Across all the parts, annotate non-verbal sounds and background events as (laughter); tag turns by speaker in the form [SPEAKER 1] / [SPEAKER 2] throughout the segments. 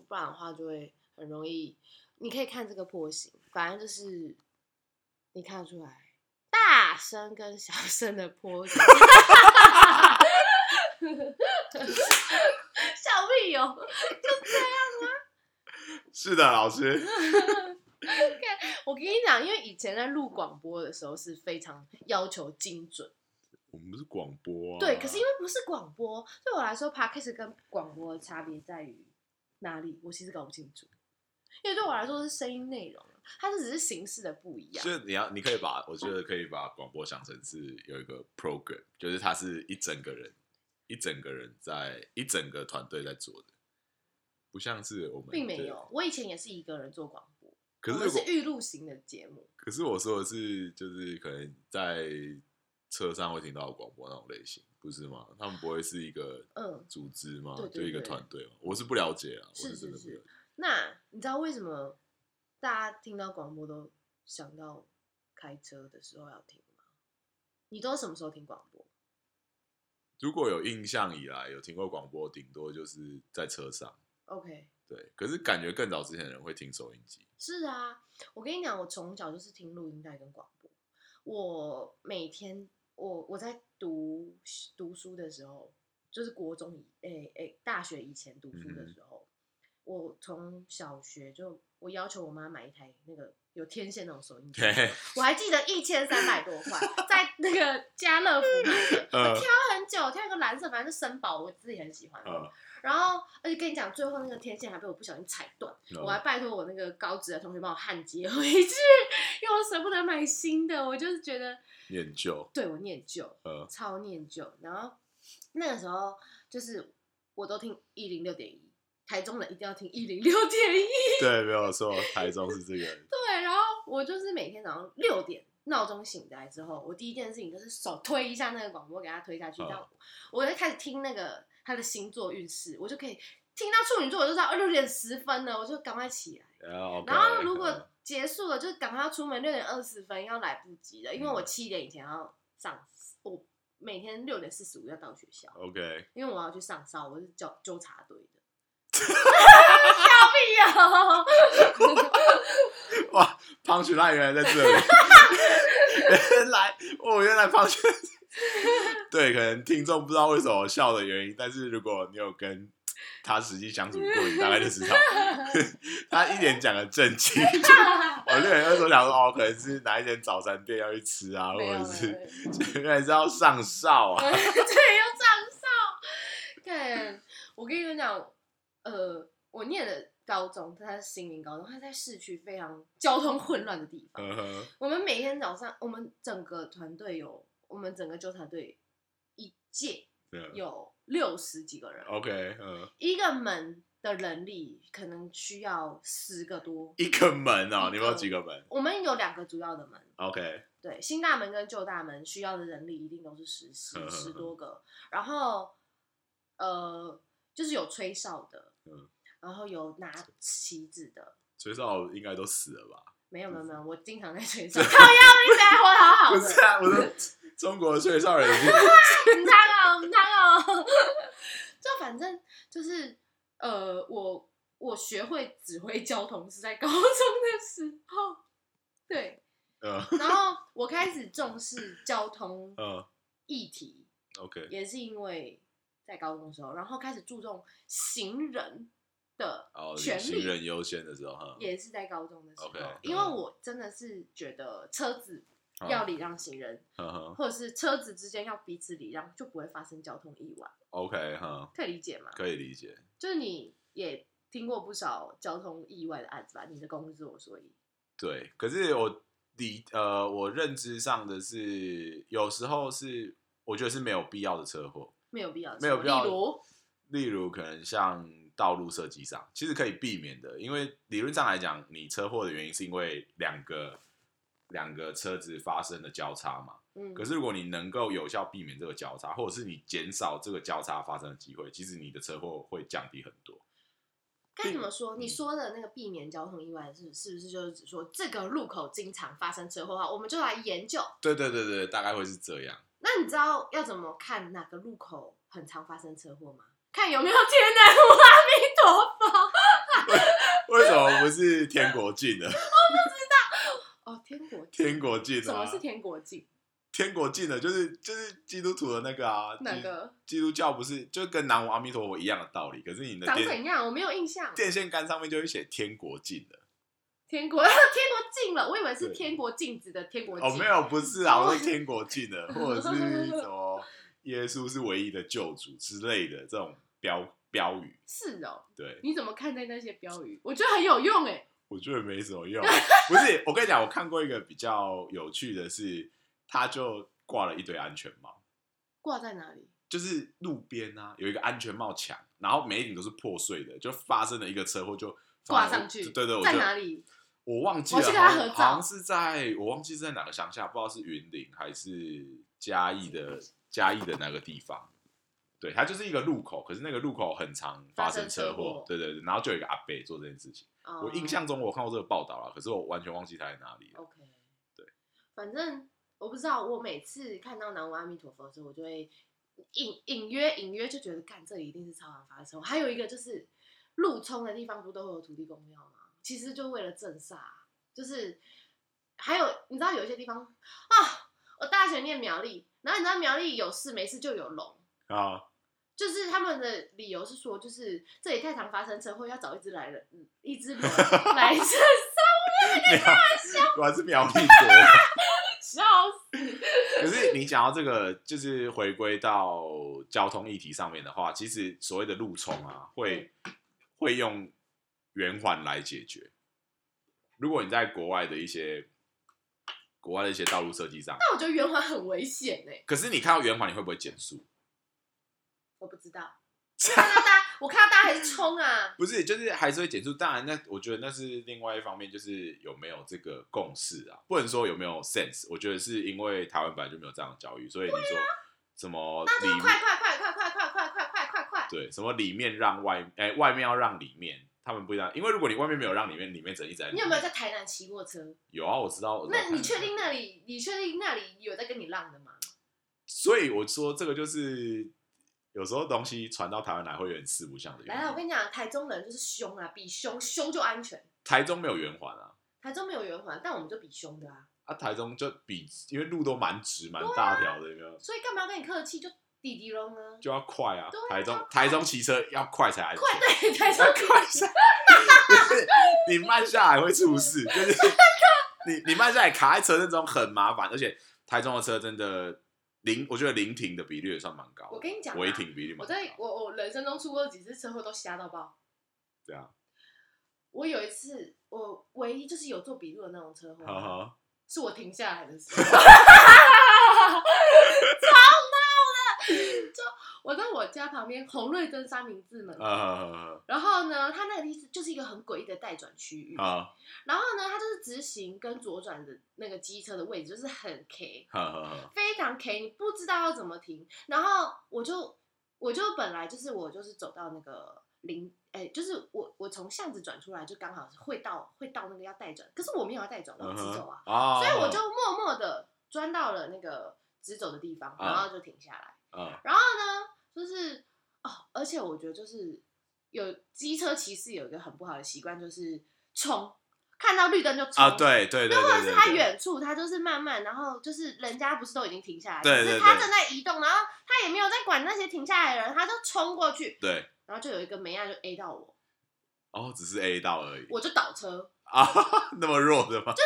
[SPEAKER 1] 不然的话就会很容易。你可以看这个波形，反正就是你看得出来大声跟小声的波形。 (laughs) 笑屁哦！
[SPEAKER 2] 是的，老 (laughs) 师，
[SPEAKER 1] 我跟你讲，因为以前在录广播的时候是非常要求精准。
[SPEAKER 2] 我们不是广播啊。
[SPEAKER 1] 对，可是因为不是广播，对我来说 p o d c a s 跟广播的差别在于哪里？我其实搞不清楚，因为对我来说是声音内容，它这只是形式的不一样。
[SPEAKER 2] 就是你要，你可以把，我觉得可以把广播想成是有一个 program，就是它是一整个人，一整个人在一整个团队在做的，不像是我们
[SPEAKER 1] 并没
[SPEAKER 2] 对。
[SPEAKER 1] 有，我以前也是一个人做广播，
[SPEAKER 2] 可
[SPEAKER 1] 我
[SPEAKER 2] 是
[SPEAKER 1] 们
[SPEAKER 2] 如果
[SPEAKER 1] 是预录型的节目，
[SPEAKER 2] 可是我说的是，就是可能在车上会听到的广播那种类型，不是吗？他们不会是一个
[SPEAKER 1] 嗯
[SPEAKER 2] 组织吗？
[SPEAKER 1] 对对
[SPEAKER 2] 就一个
[SPEAKER 1] 对
[SPEAKER 2] 团队吗？我是不了解啊，
[SPEAKER 1] 是
[SPEAKER 2] 我真
[SPEAKER 1] 是
[SPEAKER 2] 的不了
[SPEAKER 1] 是
[SPEAKER 2] 解。。
[SPEAKER 1] 那你知道为什么大家听到广播都想到开车的时候要听吗？你都什么时候听广播？
[SPEAKER 2] 如果有印象以来有听过广播，顶多就是在车上。
[SPEAKER 1] OK，
[SPEAKER 2] 对，可是感觉更早之前的人会听收音
[SPEAKER 1] (laughs)
[SPEAKER 2] 机。 (laughs)
[SPEAKER 1] 是啊，我跟你讲，我从小就是听录音带跟广播。我每天，我我在读读书的时候，就是国中以诶诶大学以前读书的时候，我从小学就我要求我妈买一台那个有天线那种收音机，
[SPEAKER 2] 嘿嘿
[SPEAKER 1] 我还记得一千三百多块，在那个家乐福买的，
[SPEAKER 2] 呃
[SPEAKER 1] 我挑很久，挑一个蓝色，反正是绅宝，我自己很喜欢。
[SPEAKER 2] 呃，
[SPEAKER 1] 然后，而且跟你讲，最后那个天线还被我不小心踩断。
[SPEAKER 2] 然后
[SPEAKER 1] 我还拜托我那个高职的同学帮我焊接回去，因为我舍不得买新的，我就是觉得
[SPEAKER 2] 念旧，
[SPEAKER 1] 对我念旧， (laughs)
[SPEAKER 2] 呃，
[SPEAKER 1] 超念旧。然后那个时候就是我都听一零六点一，台中人一定要听一零六点一。
[SPEAKER 2] 对，没有错，台中是这个，
[SPEAKER 1] 对，然后我就是每天早上六点闹钟醒来之后，我第一件事情就是手推一下那个广播，给它推下去，
[SPEAKER 2] 嗯
[SPEAKER 1] 这样我就开始听那个他的星座运势，我就可以听到处女座，我就知道哦六点十分了，我就赶快起来。
[SPEAKER 2] 然后 OK，
[SPEAKER 1] 然后如
[SPEAKER 2] 呃
[SPEAKER 1] 果结束了，就是赶快要出门，六点二十分要来不及了，因为我
[SPEAKER 2] 嗯
[SPEAKER 1] 七点以前要上，我每天六点四十五要到学校，
[SPEAKER 2] OK，
[SPEAKER 1] 因为我要去上哨，我是纠纠察队的。笑屁哦！
[SPEAKER 2] 哇，胖曲辣原来在
[SPEAKER 1] (laughs)
[SPEAKER 2] 这里，原来哦，原来胖曲， (laughs) 对，可能听众不知道为什么我笑的原因，但是如果你有跟他实际相处过，你大概就
[SPEAKER 1] (laughs)
[SPEAKER 2] 知道，
[SPEAKER 1] 哦
[SPEAKER 2] 他一脸讲的震惊，我就有时候想说，哦，可能是哪一间早餐店要去吃啊，或
[SPEAKER 1] 没有
[SPEAKER 2] 者
[SPEAKER 1] 了，
[SPEAKER 2] 是 (laughs) 原来是要上哨啊，
[SPEAKER 1] (laughs) 对，又上哨。看，我跟你们讲，呃，我念的高中，它是新民高中，它在市区非常交通混乱的地方。
[SPEAKER 2] 呵呵，
[SPEAKER 1] 我们每天早上，我们整个团队有，我们整个纠察队一届
[SPEAKER 2] 嗯
[SPEAKER 1] 有六十几个人，
[SPEAKER 2] OK，嗯，
[SPEAKER 1] 一个门的人力可能需要十个多。
[SPEAKER 2] 一个门哦，
[SPEAKER 1] 一个
[SPEAKER 2] 你们有几个门
[SPEAKER 1] 我们有两个主要的门，
[SPEAKER 2] ？OK，
[SPEAKER 1] 对，新大门跟旧大门需要的人力一定都是十十十多个，然后呃，就是有吹哨的，
[SPEAKER 2] 嗯
[SPEAKER 1] 然后有拿旗子的。
[SPEAKER 2] 崔少应该都死了吧？
[SPEAKER 1] 没有没有没有，我经常在吹哨，靠 (laughs) 腰，你才活得好好
[SPEAKER 2] (laughs) 不
[SPEAKER 1] 的。
[SPEAKER 2] 是啊，我说中国的吹哨人
[SPEAKER 1] (laughs)
[SPEAKER 2] 已经
[SPEAKER 1] 很烫哦，很烫哦。 (laughs) 就反正就是呃，我我学会指挥交通是在高中的时候，对，
[SPEAKER 2] 呃
[SPEAKER 1] 然后我开始重视交通
[SPEAKER 2] 嗯
[SPEAKER 1] 议题，
[SPEAKER 2] OK
[SPEAKER 1] 也是因为在高中的时候，然后开始注重行人的
[SPEAKER 2] 哦，
[SPEAKER 1] 权
[SPEAKER 2] 行
[SPEAKER 1] 利。
[SPEAKER 2] 人优先的时候哈，
[SPEAKER 1] 也是在高中的时候
[SPEAKER 2] OK，
[SPEAKER 1] 因为
[SPEAKER 2] 嗯
[SPEAKER 1] 我真的是觉得车子
[SPEAKER 2] 嗯
[SPEAKER 1] 要礼让行人，
[SPEAKER 2] 呵呵
[SPEAKER 1] 或者是车子之间要彼此礼让，就不会发生交通意外，
[SPEAKER 2] OK 哈，
[SPEAKER 1] 可以理解吗？
[SPEAKER 2] 可以理解。
[SPEAKER 1] 就是你也听过不少交通意外的案子吧？你的工作，所以
[SPEAKER 2] 对，可是我理呃，我认知上的是，有时候是我觉得是没有必要的车祸，
[SPEAKER 1] 没有必要，
[SPEAKER 2] 没有必要
[SPEAKER 1] 例如，
[SPEAKER 2] 例如可能像道路设计上，其实可以避免的，因为理论上来讲，你车祸的原因是因为两个两个车子发生的交叉嘛。
[SPEAKER 1] 嗯，
[SPEAKER 2] 可是如果你能够有效避免这个交叉，或者是你减少这个交叉发生的机会，其实你的车祸会降低很多。
[SPEAKER 1] 该怎么说？
[SPEAKER 2] 嗯
[SPEAKER 1] 你说的那个避免交通意外是是不是就是指说这个路口经常发生车祸的话，我们就来研究。
[SPEAKER 2] 对对对对，大概会是这样。
[SPEAKER 1] 那你知道要怎么看哪个路口很常发生车祸吗？看有没有天然无阿弥陀佛，
[SPEAKER 2] 为什么不是天国进的？
[SPEAKER 1] 哦，天国记
[SPEAKER 2] 天国进
[SPEAKER 1] 什么
[SPEAKER 2] 啊
[SPEAKER 1] 是，天国记？
[SPEAKER 2] 天国进的，就是就是基督徒的那个啊，
[SPEAKER 1] 哪
[SPEAKER 2] 基
[SPEAKER 1] 个
[SPEAKER 2] 基督教不是就跟南无阿弥陀佛一样的道理？可是你的
[SPEAKER 1] 长
[SPEAKER 2] 电
[SPEAKER 1] 怎样？我没有印象。
[SPEAKER 2] 电线杆上面就会写天国进的。
[SPEAKER 1] 天国 (laughs) 天国禁了，我以为是
[SPEAKER 2] 对
[SPEAKER 1] 天国禁止的天国禁。
[SPEAKER 2] 哦，没有，不是啊，
[SPEAKER 1] 哦
[SPEAKER 2] 我是天国进的，
[SPEAKER 1] (laughs)
[SPEAKER 2] 或者是什么耶稣是唯一的救主之类的这种标标语。
[SPEAKER 1] 是哦，
[SPEAKER 2] 对，
[SPEAKER 1] 你怎么看待那些标语？我觉得很有用哎。
[SPEAKER 2] 我觉得没什么用。不是，我跟你讲，我看过一个比较有趣的是，他就挂了一堆安全帽，
[SPEAKER 1] 挂在哪里？
[SPEAKER 2] 就是路边啊有一个安全帽墙，然后每一顶都是破碎的，就发生了一个车祸就
[SPEAKER 1] 挂上去
[SPEAKER 2] 对啊对，我
[SPEAKER 1] 在
[SPEAKER 2] 就
[SPEAKER 1] 哪里？
[SPEAKER 2] 我忘记
[SPEAKER 1] 我
[SPEAKER 2] 了，
[SPEAKER 1] 要去跟
[SPEAKER 2] 好
[SPEAKER 1] 他
[SPEAKER 2] 像
[SPEAKER 1] 合照
[SPEAKER 2] 好像是在我忘记是在哪个乡下，不知道是云林还是嘉义的嘉义的哪个地方。对，它就是一个路口，可是那个路口很常发
[SPEAKER 1] 发生
[SPEAKER 2] 生车
[SPEAKER 1] 车
[SPEAKER 2] 祸
[SPEAKER 1] 祸。
[SPEAKER 2] 对对对，然后就有一个阿伯做这件事情。
[SPEAKER 1] 哦
[SPEAKER 2] 我印象中我有看过这个报道了，可是我完全忘记他在哪里了。
[SPEAKER 1] OK，
[SPEAKER 2] 对，
[SPEAKER 1] 反正我不知道，我每次看到南无阿弥陀佛的时候，我就会隐隐约隐约就觉得，干这里一定是超常发生。还有一个就是路冲的地方不都会有土地公庙吗？其实就为了镇煞，就是还有你知道有一些地方啊，我大学念苗栗，然后你知道苗栗有事没事就有龙。哦
[SPEAKER 2] 啊，
[SPEAKER 1] 就是他们的理由是说，就是这里太常发生车祸，要找一只来人，嗯一只龙来镇
[SPEAKER 2] 苗果然是苗栗国。
[SPEAKER 1] 笑死！
[SPEAKER 2] 可是你讲到这个，就是回归到交通议题上面的话，其实所谓的路冲啊，会
[SPEAKER 1] 嗯
[SPEAKER 2] 会用圆环来解决。如果你在国外的一些国外的一些道路设计上，
[SPEAKER 1] 但我觉得圆环很危险哎、
[SPEAKER 2] 可是你看到圆环，你会不会减速？
[SPEAKER 1] 我不知道。我看到大家，我看到大家还是冲
[SPEAKER 2] (laughs)
[SPEAKER 1] 啊！
[SPEAKER 2] 不是，就是还是会减速。当然那，我觉得那是另外一方面，就是有没有这个共识啊，不能说有没有 sense。我觉得是因为台湾本来就没有这样的教育，所以你说什么
[SPEAKER 1] 大家
[SPEAKER 2] 里
[SPEAKER 1] 啊就快快快快快快快快快快快！
[SPEAKER 2] 对，什么里面让外，哎、外面要让里面，他们不一样。因为如果你外面没有让里面，里面只能一直在里
[SPEAKER 1] 你
[SPEAKER 2] 面。
[SPEAKER 1] 有没有在台南骑过车？
[SPEAKER 2] 有啊，我知道。我知道
[SPEAKER 1] 那你
[SPEAKER 2] 看
[SPEAKER 1] 确定那里？你确定那里有在跟你浪的吗？
[SPEAKER 2] 所以我说这个就是有时候东西传到台湾来会有点四不像的原
[SPEAKER 1] 来啊，我
[SPEAKER 2] 因。
[SPEAKER 1] 跟你讲，台中人就是凶啊，比凶凶就安全。
[SPEAKER 2] 台中没有圆环啊，
[SPEAKER 1] 台中没有圆环，但我们就比凶的啊，
[SPEAKER 2] 啊，台中就比因为路都蛮直蛮大条的，有没有？
[SPEAKER 1] 所以干嘛要跟你客气？就滴滴隆啊！ (laughs)
[SPEAKER 2] 就要快啊
[SPEAKER 1] 对啊！
[SPEAKER 2] 台
[SPEAKER 1] 就
[SPEAKER 2] 中
[SPEAKER 1] 要快
[SPEAKER 2] 台中骑车要快才安全，
[SPEAKER 1] 快对，台中
[SPEAKER 2] (laughs)
[SPEAKER 1] 快上，
[SPEAKER 2] 你慢下来会出事，就是你你慢下来卡在车阵中很麻烦，而且台中的车真的临，我觉得临停的比率也算蛮高的。
[SPEAKER 1] 我跟你讲啊
[SPEAKER 2] 违停比率
[SPEAKER 1] 我
[SPEAKER 2] 蛮高
[SPEAKER 1] 在。我我人生中出过几次车祸都吓到爆。
[SPEAKER 2] 对啊，
[SPEAKER 1] 我有一次，我唯一就是有做笔录的那种车祸，
[SPEAKER 2] 呵呵，
[SPEAKER 1] (laughs) 是我停下来的时候，超闹的。就我在我家旁边红瑞珍三明治门，
[SPEAKER 2] 呃呵
[SPEAKER 1] 然后呢，它那个地址就是一个很诡异的待转区域
[SPEAKER 2] 呵，呵
[SPEAKER 1] 然后呢，它就是直行跟左转的那个机车的位置就是很 K，
[SPEAKER 2] 呵呵，
[SPEAKER 1] 非常 K，你不知道要怎么停。然后我就我就本来就是我就是走到那个零，哎、就是我我从巷子转出来就刚好是会到会到那个要带转，可是我没有要带转，我
[SPEAKER 2] 嗯
[SPEAKER 1] 直
[SPEAKER 2] 哼
[SPEAKER 1] 走啊，
[SPEAKER 2] 啊
[SPEAKER 1] 所以我就默默的钻到了那个直走的地方，
[SPEAKER 2] 啊
[SPEAKER 1] 然后就停下来。
[SPEAKER 2] 嗯
[SPEAKER 1] 然后呢，就是哦，而且我觉得就是有机车骑士有一个很不好的习惯，就是冲，看到绿灯就冲
[SPEAKER 2] 啊，对对对
[SPEAKER 1] 又或者
[SPEAKER 2] 对
[SPEAKER 1] 是
[SPEAKER 2] 对，
[SPEAKER 1] 他
[SPEAKER 2] 对
[SPEAKER 1] 远处，他就是慢慢，然后就是人家不是都已经停下来了，
[SPEAKER 2] 对
[SPEAKER 1] 只
[SPEAKER 2] 对
[SPEAKER 1] 是
[SPEAKER 2] 对
[SPEAKER 1] 他正在移动，然后他也没有在管那些停下来的人，他就冲过去，
[SPEAKER 2] 对，
[SPEAKER 1] 然后就有一个梅亚就 A 到我，
[SPEAKER 2] 哦，只是 A 到而已
[SPEAKER 1] 我就倒车，
[SPEAKER 2] 啊，那么弱的吗？
[SPEAKER 1] 就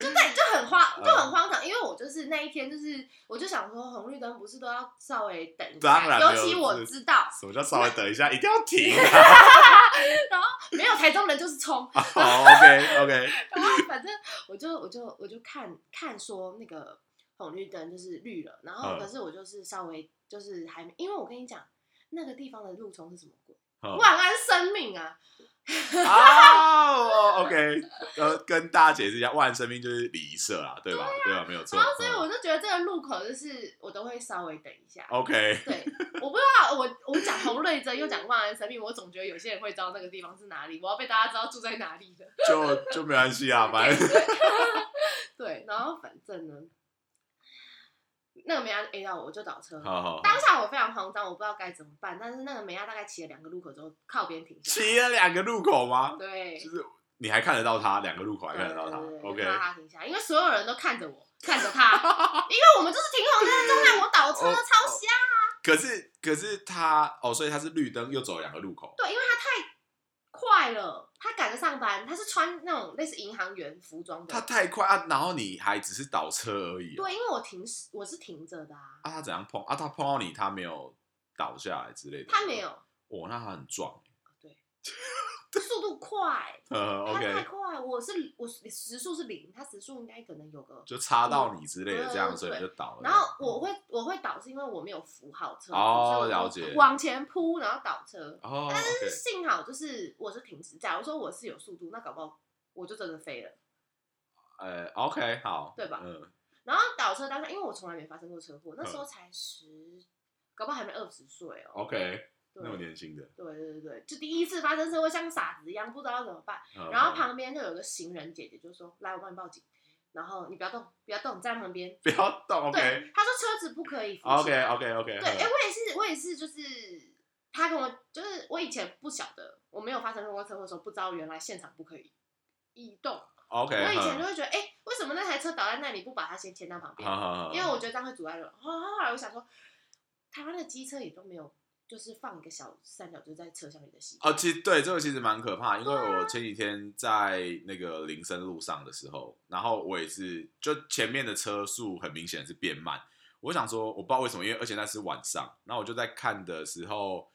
[SPEAKER 1] 对，就很荒，
[SPEAKER 2] 嗯
[SPEAKER 1] 就很荒唐，因为我就是那一天就是，我就想说红绿灯不是都要稍微等一
[SPEAKER 2] 当
[SPEAKER 1] 下，
[SPEAKER 2] 然
[SPEAKER 1] 尤
[SPEAKER 2] 没有
[SPEAKER 1] 其我
[SPEAKER 2] 是
[SPEAKER 1] 知道
[SPEAKER 2] 什么叫稍微等一下，一定要停啊
[SPEAKER 1] 没有台中人就是
[SPEAKER 2] (laughs)
[SPEAKER 1] 冲，
[SPEAKER 2] 好？OK OK，
[SPEAKER 1] 然后反正我就我就我就看看说那个红绿灯就是绿了，然后
[SPEAKER 2] 嗯
[SPEAKER 1] 可是我就是稍微就是还没，因为我跟你讲那个地方的路冲是什么鬼？
[SPEAKER 2] 嗯
[SPEAKER 1] 万安生命啊！
[SPEAKER 2] 哦，OK，呃，跟大家解释一下，万安生命就是礼仪社啦，对吧？对吧？没有错。
[SPEAKER 1] 然后啊哦所以我
[SPEAKER 2] 嗯哦
[SPEAKER 1] 就觉得这个路口就是我都会稍微等一下。
[SPEAKER 2] OK，
[SPEAKER 1] 对，我不知道我我讲红瑞珍又讲万安生命，我总觉得有些人会知道那个地方是哪里，我要被大家知道住在哪里的。
[SPEAKER 2] 就就没关系啊，反正
[SPEAKER 1] 对，然后反正呢，那个没按 A 到我，我就倒车。
[SPEAKER 2] (laughs) 好好好
[SPEAKER 1] 当下我非常慌张，我不知道该怎么办。但是那个美亚大概骑了两个路口之后，靠边停下来。
[SPEAKER 2] 骑了两个路口吗？
[SPEAKER 1] 对，对，
[SPEAKER 2] 就是你还看得到他，两个路口还看得到他。
[SPEAKER 1] 对对对
[SPEAKER 2] OK，
[SPEAKER 1] 哈哈停下来，因为所有人都看着我，看着
[SPEAKER 2] (laughs)
[SPEAKER 1] 他，因为我们就是停红灯中让我倒车，
[SPEAKER 2] 哦
[SPEAKER 1] 超瞎。
[SPEAKER 2] 可是可是他哦，所以他是绿灯又走了两个路口。
[SPEAKER 1] 对，因为他太快了，他赶着上班，他是穿那种类似银行员服装
[SPEAKER 2] 他
[SPEAKER 1] 的。
[SPEAKER 2] 太快啊，然后你还只是倒车而已啊、
[SPEAKER 1] 对，因为我停是我是停着的啊，
[SPEAKER 2] 啊，他怎样碰啊？他碰到你，他没有倒下来之类的。
[SPEAKER 1] 他没。有，
[SPEAKER 2] 哦，那他很壮。 (laughs)
[SPEAKER 1] 速度快，
[SPEAKER 2] 呃
[SPEAKER 1] 他太
[SPEAKER 2] ，OK，
[SPEAKER 1] 快，我是我时速是零，他时速应该可能有个。
[SPEAKER 2] 就插到你之类的，
[SPEAKER 1] 嗯
[SPEAKER 2] 这样
[SPEAKER 1] 对
[SPEAKER 2] 所以你就倒了。
[SPEAKER 1] 然后我会我会倒，是因为我没有扶好车子，
[SPEAKER 2] 哦
[SPEAKER 1] 所以我就
[SPEAKER 2] 了解
[SPEAKER 1] 往前扑，然后倒车。
[SPEAKER 2] 哦
[SPEAKER 1] 但是
[SPEAKER 2] ，OK，
[SPEAKER 1] 幸好就是我是停止，假如说我是有速度，那搞不好我就真的飞了。
[SPEAKER 2] 呃，OK，好，
[SPEAKER 1] 对吧
[SPEAKER 2] 嗯，
[SPEAKER 1] 然后倒车当下，因为我从来没发生过车祸，那时候才十，搞不好还没二十岁哦。
[SPEAKER 2] ，OK，那么
[SPEAKER 1] 对
[SPEAKER 2] 年轻的。
[SPEAKER 1] 对对对对，就第一次发生车祸，像傻子一样，不知道怎么办。
[SPEAKER 2] 嗯
[SPEAKER 1] 然后
[SPEAKER 2] 嗯
[SPEAKER 1] 旁边就有个行人姐姐就说：“来，我帮你报警。”然后你不要动，不要动，站旁边。
[SPEAKER 2] 不要动，OK，OK，OK，、嗯
[SPEAKER 1] 对，她说车子不可以扶起来
[SPEAKER 2] OK OK OK，
[SPEAKER 1] 对，哎、我也是，我也是，就是他跟我，就是我以前不晓得，我没有发生过车祸的时候，不知道原来现场不可以移动。
[SPEAKER 2] OK，
[SPEAKER 1] 我以前就
[SPEAKER 2] 嗯
[SPEAKER 1] 会觉得，哎、为什么那台车倒在那里不把它先牵到旁边？
[SPEAKER 2] 好好好，
[SPEAKER 1] 因为我觉得这样会阻碍人。后后来我想说，台湾的机车也都没有，就是放一个小三角就在车厢里的习惯。
[SPEAKER 2] 哦，其实对这个其实蛮可怕，因为
[SPEAKER 1] 嗯
[SPEAKER 2] 我前几天在那个林森路上的时候，然后我也是就前面的车速很明显是变慢，我想说我不知道为什么，因为而且那是晚上，然后我就在看的时候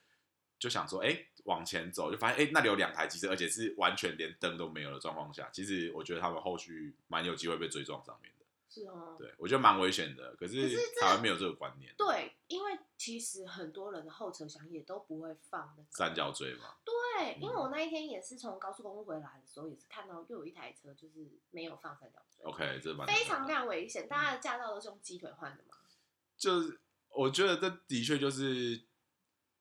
[SPEAKER 2] 就想说，哎、往前走就发现哎、那里有两台机车，而且是完全连灯都没有的状况下，其实我觉得他们后续蛮有机会被追撞上面的，
[SPEAKER 1] 是哦，
[SPEAKER 2] 对我觉得蛮危险的，可
[SPEAKER 1] 可
[SPEAKER 2] 是
[SPEAKER 1] 是这
[SPEAKER 2] 台湾没有这个观念，
[SPEAKER 1] 对，因为其实很多人的后车厢也都不会放那个
[SPEAKER 2] 三角锥嘛，
[SPEAKER 1] 对，
[SPEAKER 2] 嗯
[SPEAKER 1] 因为我那一天也是从高速公路回来的时候，也是看到又有一台车就是没有放三角锥
[SPEAKER 2] OK，这蛮
[SPEAKER 1] 非常非
[SPEAKER 2] 亮。
[SPEAKER 1] 常危险。
[SPEAKER 2] 嗯
[SPEAKER 1] 大家的驾照都是用鸡腿换的嘛？
[SPEAKER 2] 就是我觉得这的确就是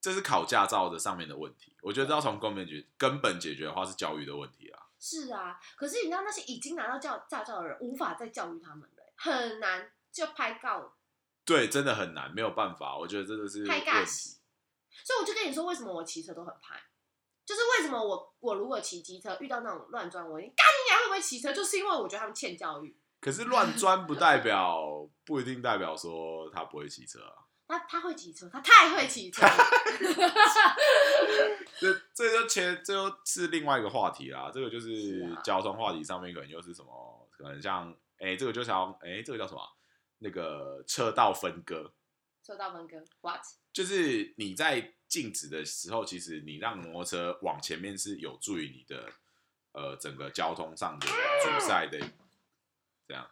[SPEAKER 2] 这是考驾照的上面的问题。我觉得要从根本解根本解决的话是教育的问题啦。
[SPEAKER 1] 是啊，可是你知道那些已经拿到驾驾照的人，无法再教育他们了，欸很难就拍告
[SPEAKER 2] 对，真的很难，没有办法。我觉得这个是
[SPEAKER 1] 拍尬
[SPEAKER 2] 问
[SPEAKER 1] 戏。所以我就跟你说，为什么我骑车都很怕，就是为什么我我如果骑机车遇到那种乱撞，我一定干你娘会不会骑车，就是因为我觉得他们欠教育。
[SPEAKER 2] 可是乱钻不代表不一定代表说他不会骑车啊。
[SPEAKER 1] 他他会骑车，他太会骑车了，
[SPEAKER 2] 这这就切，这就是另外一个话题啦。这个就是
[SPEAKER 1] 是啊
[SPEAKER 2] 交通话题上面可能又是什么，可能像哎、这个就想哎、这个叫什么啊？那个车道分割。
[SPEAKER 1] 收到分哥，what？
[SPEAKER 2] 就是你在静止的时候，其实你让摩托车往前面是有助于你的呃整个交通上的阻塞的。这样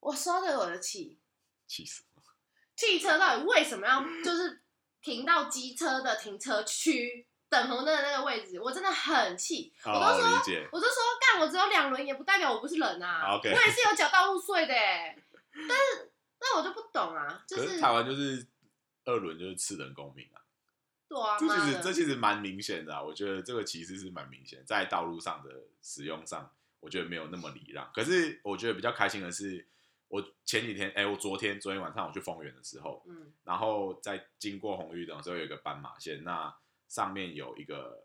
[SPEAKER 1] 我收的我的气，
[SPEAKER 2] 气死我！
[SPEAKER 1] 汽车到底为什么要就是停到机车的停车区等红灯的那个位置？我真的很气， (laughs) 我
[SPEAKER 2] 好，
[SPEAKER 1] 都说
[SPEAKER 2] 哦我理解。
[SPEAKER 1] 我就说干，我只有两轮，也不代表我不是人啊
[SPEAKER 2] OK
[SPEAKER 1] 我也是有缴到路税的、欸，但是那我就不懂啊，就
[SPEAKER 2] 可
[SPEAKER 1] 是
[SPEAKER 2] 是台湾就是二轮就是次等公民啊，
[SPEAKER 1] 对啊，
[SPEAKER 2] 这其
[SPEAKER 1] 妈
[SPEAKER 2] 实
[SPEAKER 1] 的
[SPEAKER 2] 这其实蛮明显的、啊。我觉得这个其实是蛮明显，在道路上的使用上，我觉得没有那么礼让。可是我觉得比较开心的是，我前几天哎、我昨天昨天晚上我去丰原的时候，
[SPEAKER 1] 嗯
[SPEAKER 2] 然后在经过红绿灯的时候，有一个斑马线，那上面有一个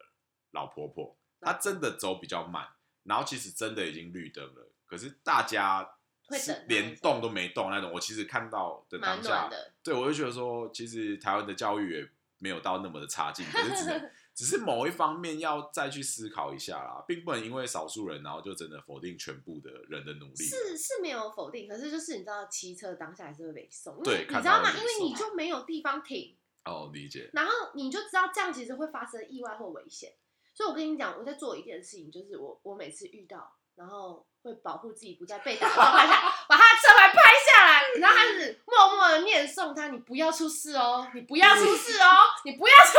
[SPEAKER 2] 老婆婆，她真的走比较慢，然后其实真的已经绿灯了，可是大家
[SPEAKER 1] 会等
[SPEAKER 2] 是
[SPEAKER 1] 那一
[SPEAKER 2] 连
[SPEAKER 1] 种
[SPEAKER 2] 动都没动那种。我其实看到的
[SPEAKER 1] 蛮
[SPEAKER 2] 当
[SPEAKER 1] 暖
[SPEAKER 2] 下，
[SPEAKER 1] 的，
[SPEAKER 2] 对我就觉得说，其实台湾的教育也没有到那么的差劲，可是只
[SPEAKER 1] (laughs)
[SPEAKER 2] 能只是某一方面要再去思考一下啦，并不能因为少数人，然后就真的否定全部的人的努力。
[SPEAKER 1] 是是没有否定，可是就是你知道骑车当下还是会被送，因
[SPEAKER 2] 对
[SPEAKER 1] 为你
[SPEAKER 2] 看
[SPEAKER 1] 知道
[SPEAKER 2] 到
[SPEAKER 1] 吗？
[SPEAKER 2] 会被
[SPEAKER 1] 因为你
[SPEAKER 2] 送啊
[SPEAKER 1] 就没有地方停，
[SPEAKER 2] 哦，理解。
[SPEAKER 1] 然后你就知道这样其实会发生意外或危险。所以我跟你讲，我在做一件事情，就是我我每次遇到，然后会保护自己不再被打的状况下，把他的车牌拍下来，然后开始默默的念诵他：“你不要出事哦，你不要出事哦，你不要出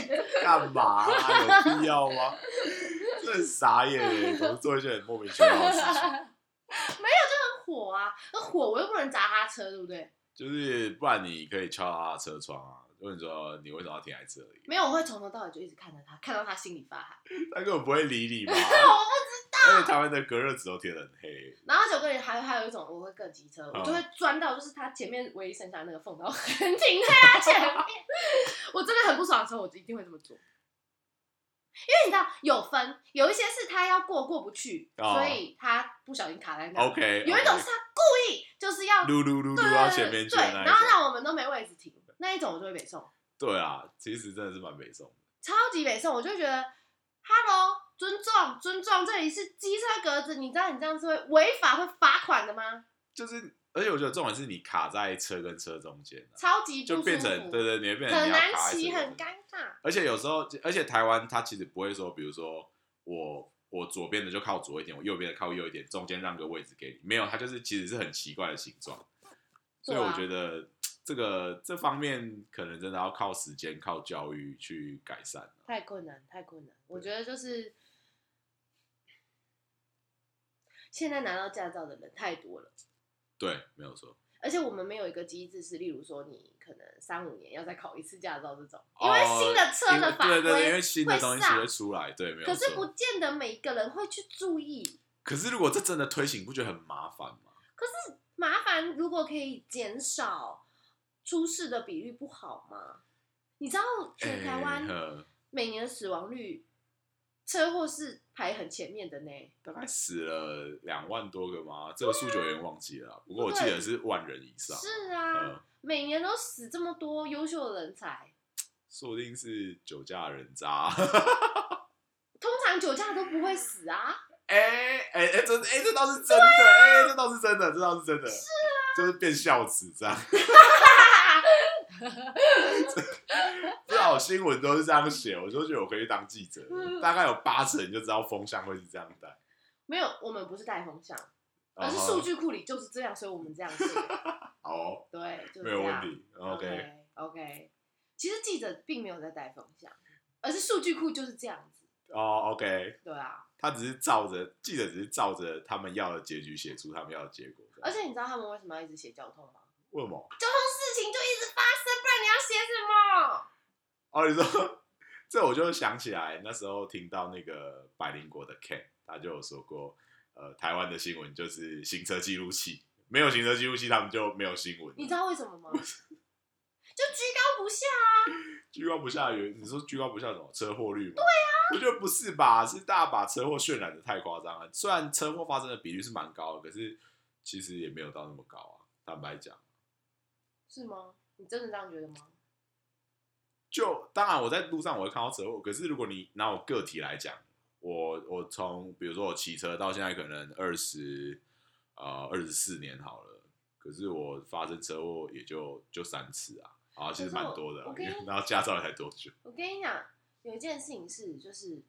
[SPEAKER 1] 事。
[SPEAKER 2] 干嘛、
[SPEAKER 1] (laughs)
[SPEAKER 2] 啊？有必要吗？真的很傻眼耶，总是做一些很莫名其”妙的事情，
[SPEAKER 1] 哦 (laughs) 很火啊，那火我又不能砸他车，对不对？
[SPEAKER 2] 就是不然你可以敲他的车窗啊，问你说你为什么要停在这里？
[SPEAKER 1] 没有，我会从头到尾就一直看着他，看到他心里发寒。
[SPEAKER 2] 他根本不会理你嘛。
[SPEAKER 1] (laughs) 我
[SPEAKER 2] 而且台湾的隔热纸都贴得很黑，
[SPEAKER 1] 然后就跟人还有还有一种，我会更机车，
[SPEAKER 2] 嗯
[SPEAKER 1] 我就会钻到就是他前面唯一剩下的那个缝，然后 (laughs) 横停在他前面。我真的很不爽的时候，我就一定会这么做。为你知道有分，有一些是他要过过不去，
[SPEAKER 2] 哦
[SPEAKER 1] 所以他不小心卡在那。
[SPEAKER 2] OK，
[SPEAKER 1] 有一种是他故意就是要
[SPEAKER 2] 噜噜噜
[SPEAKER 1] 对对
[SPEAKER 2] 噜到
[SPEAKER 1] 对
[SPEAKER 2] 前面去
[SPEAKER 1] 对
[SPEAKER 2] 的，那一
[SPEAKER 1] 然后
[SPEAKER 2] 种。
[SPEAKER 1] 让我们都没位置停，那一种我就会北送，
[SPEAKER 2] 对啊，其实真的是蛮北宋的。
[SPEAKER 1] 超级北送，我就会觉得，Hello，尊重尊重，这里是机车格子，你知道你这样是会违法会罚款的吗？
[SPEAKER 2] 就是，而且我觉得重点是你卡在车跟车中间啊、
[SPEAKER 1] 超级不
[SPEAKER 2] 就
[SPEAKER 1] 舒
[SPEAKER 2] 变
[SPEAKER 1] 服，
[SPEAKER 2] 成对对，你会变成
[SPEAKER 1] 很
[SPEAKER 2] 你要
[SPEAKER 1] 难
[SPEAKER 2] 卡在车
[SPEAKER 1] 骑，
[SPEAKER 2] 中
[SPEAKER 1] 很
[SPEAKER 2] 间
[SPEAKER 1] 尴尬。
[SPEAKER 2] 而且有时候，而且台湾它其实不会说，比如说我我左边的就靠左一点，我右边的靠右一点，中间让个位置给你，没有，它就是其实是很奇怪的形状。所以
[SPEAKER 1] 对啊
[SPEAKER 2] 我觉得这个这方面可能真的要靠时间、靠教育去改善。啊
[SPEAKER 1] 太困难，太困难。我觉得就是现在拿到驾照的人太多了，
[SPEAKER 2] 对，没有错。
[SPEAKER 1] 而且我们没有一个机制是，例如说你可能三五年要再考一次驾照这种，因为
[SPEAKER 2] 哦
[SPEAKER 1] 新的车的法
[SPEAKER 2] 因
[SPEAKER 1] 规、
[SPEAKER 2] 为对对对，因为新的
[SPEAKER 1] 会
[SPEAKER 2] 东西
[SPEAKER 1] 上
[SPEAKER 2] 会出来，对，没有
[SPEAKER 1] 可
[SPEAKER 2] 错。
[SPEAKER 1] 是不见得每个人会去注意。
[SPEAKER 2] 可是如果这真的推行，不觉得很麻烦吗？
[SPEAKER 1] 可是麻烦如果可以减少出事的比率，不好吗？你知道全台湾
[SPEAKER 2] 哎呵
[SPEAKER 1] 每年的死亡率，车祸是排很前面的呢。
[SPEAKER 2] 大概死了两万多个吗？这个数据有点忘记了啦，不过我记得是万人以上。
[SPEAKER 1] 是啊，
[SPEAKER 2] 嗯
[SPEAKER 1] 每年都死这么多优秀的人才，
[SPEAKER 2] 说不定是酒驾
[SPEAKER 1] (laughs)
[SPEAKER 2] 人渣。
[SPEAKER 1] 通常酒驾都不会死啊。
[SPEAKER 2] 哎哎哎，这哎这倒是真的，哎、这倒是真的，这倒是真的。是啊，就是变孝子
[SPEAKER 1] (laughs)
[SPEAKER 2] 这样。不少新闻都是这样写，我就觉得我可以去当记者了，
[SPEAKER 1] 嗯
[SPEAKER 2] 大概有八成就知道风向会是这样带，
[SPEAKER 1] 没有，我们不是带风向，而哦
[SPEAKER 2] 啊
[SPEAKER 1] 是数据库里就是这样，所以我们这样写。
[SPEAKER 2] 好哦，
[SPEAKER 1] 对，
[SPEAKER 2] (laughs)
[SPEAKER 1] 就是
[SPEAKER 2] 没
[SPEAKER 1] 这
[SPEAKER 2] 有问
[SPEAKER 1] 样。嗯
[SPEAKER 2] 题。OK，
[SPEAKER 1] OK OK，其实记者并没有在带风向，而是数据库就是这样子。
[SPEAKER 2] 哦，OK，
[SPEAKER 1] 对啊，
[SPEAKER 2] 他只是照着记者只是照着他们要的结局写出他们要的结果，
[SPEAKER 1] 而且你知道他们为什么要一直写交通吗？
[SPEAKER 2] 为什么？
[SPEAKER 1] 事情就一直发生，不然你要写什么？
[SPEAKER 2] 哦，你说 (laughs) 这我就想起来那时候听到那个百灵果的 Ken，他就有说过，呃，台湾的新闻就是行车记录器，没有行车记录器，他们就没有新
[SPEAKER 1] (laughs)
[SPEAKER 2] 闻。
[SPEAKER 1] 你知道为什么吗？就居高不下啊！
[SPEAKER 2] 居高不下有，你说居高不下什么车祸率吗？对啊，我觉得不是吧，是大家把车祸渲染的太夸张了。虽然车祸发生的比率是蛮高的，可是其实也没有到那么高啊。坦白讲。
[SPEAKER 1] 是吗？你真的这样觉得吗？
[SPEAKER 2] 就当然我在路上我会看到车祸，可是如果你拿我个体来讲，我我从比如说我骑车到现在可能二十呃二十四年好了，可是我发生车祸也就就三次啊，啊其实
[SPEAKER 1] 可是我
[SPEAKER 2] 蛮多的啊
[SPEAKER 1] 我跟你，
[SPEAKER 2] (laughs) 然后驾照也才多久？
[SPEAKER 1] 我跟你讲，有一件事情是，就是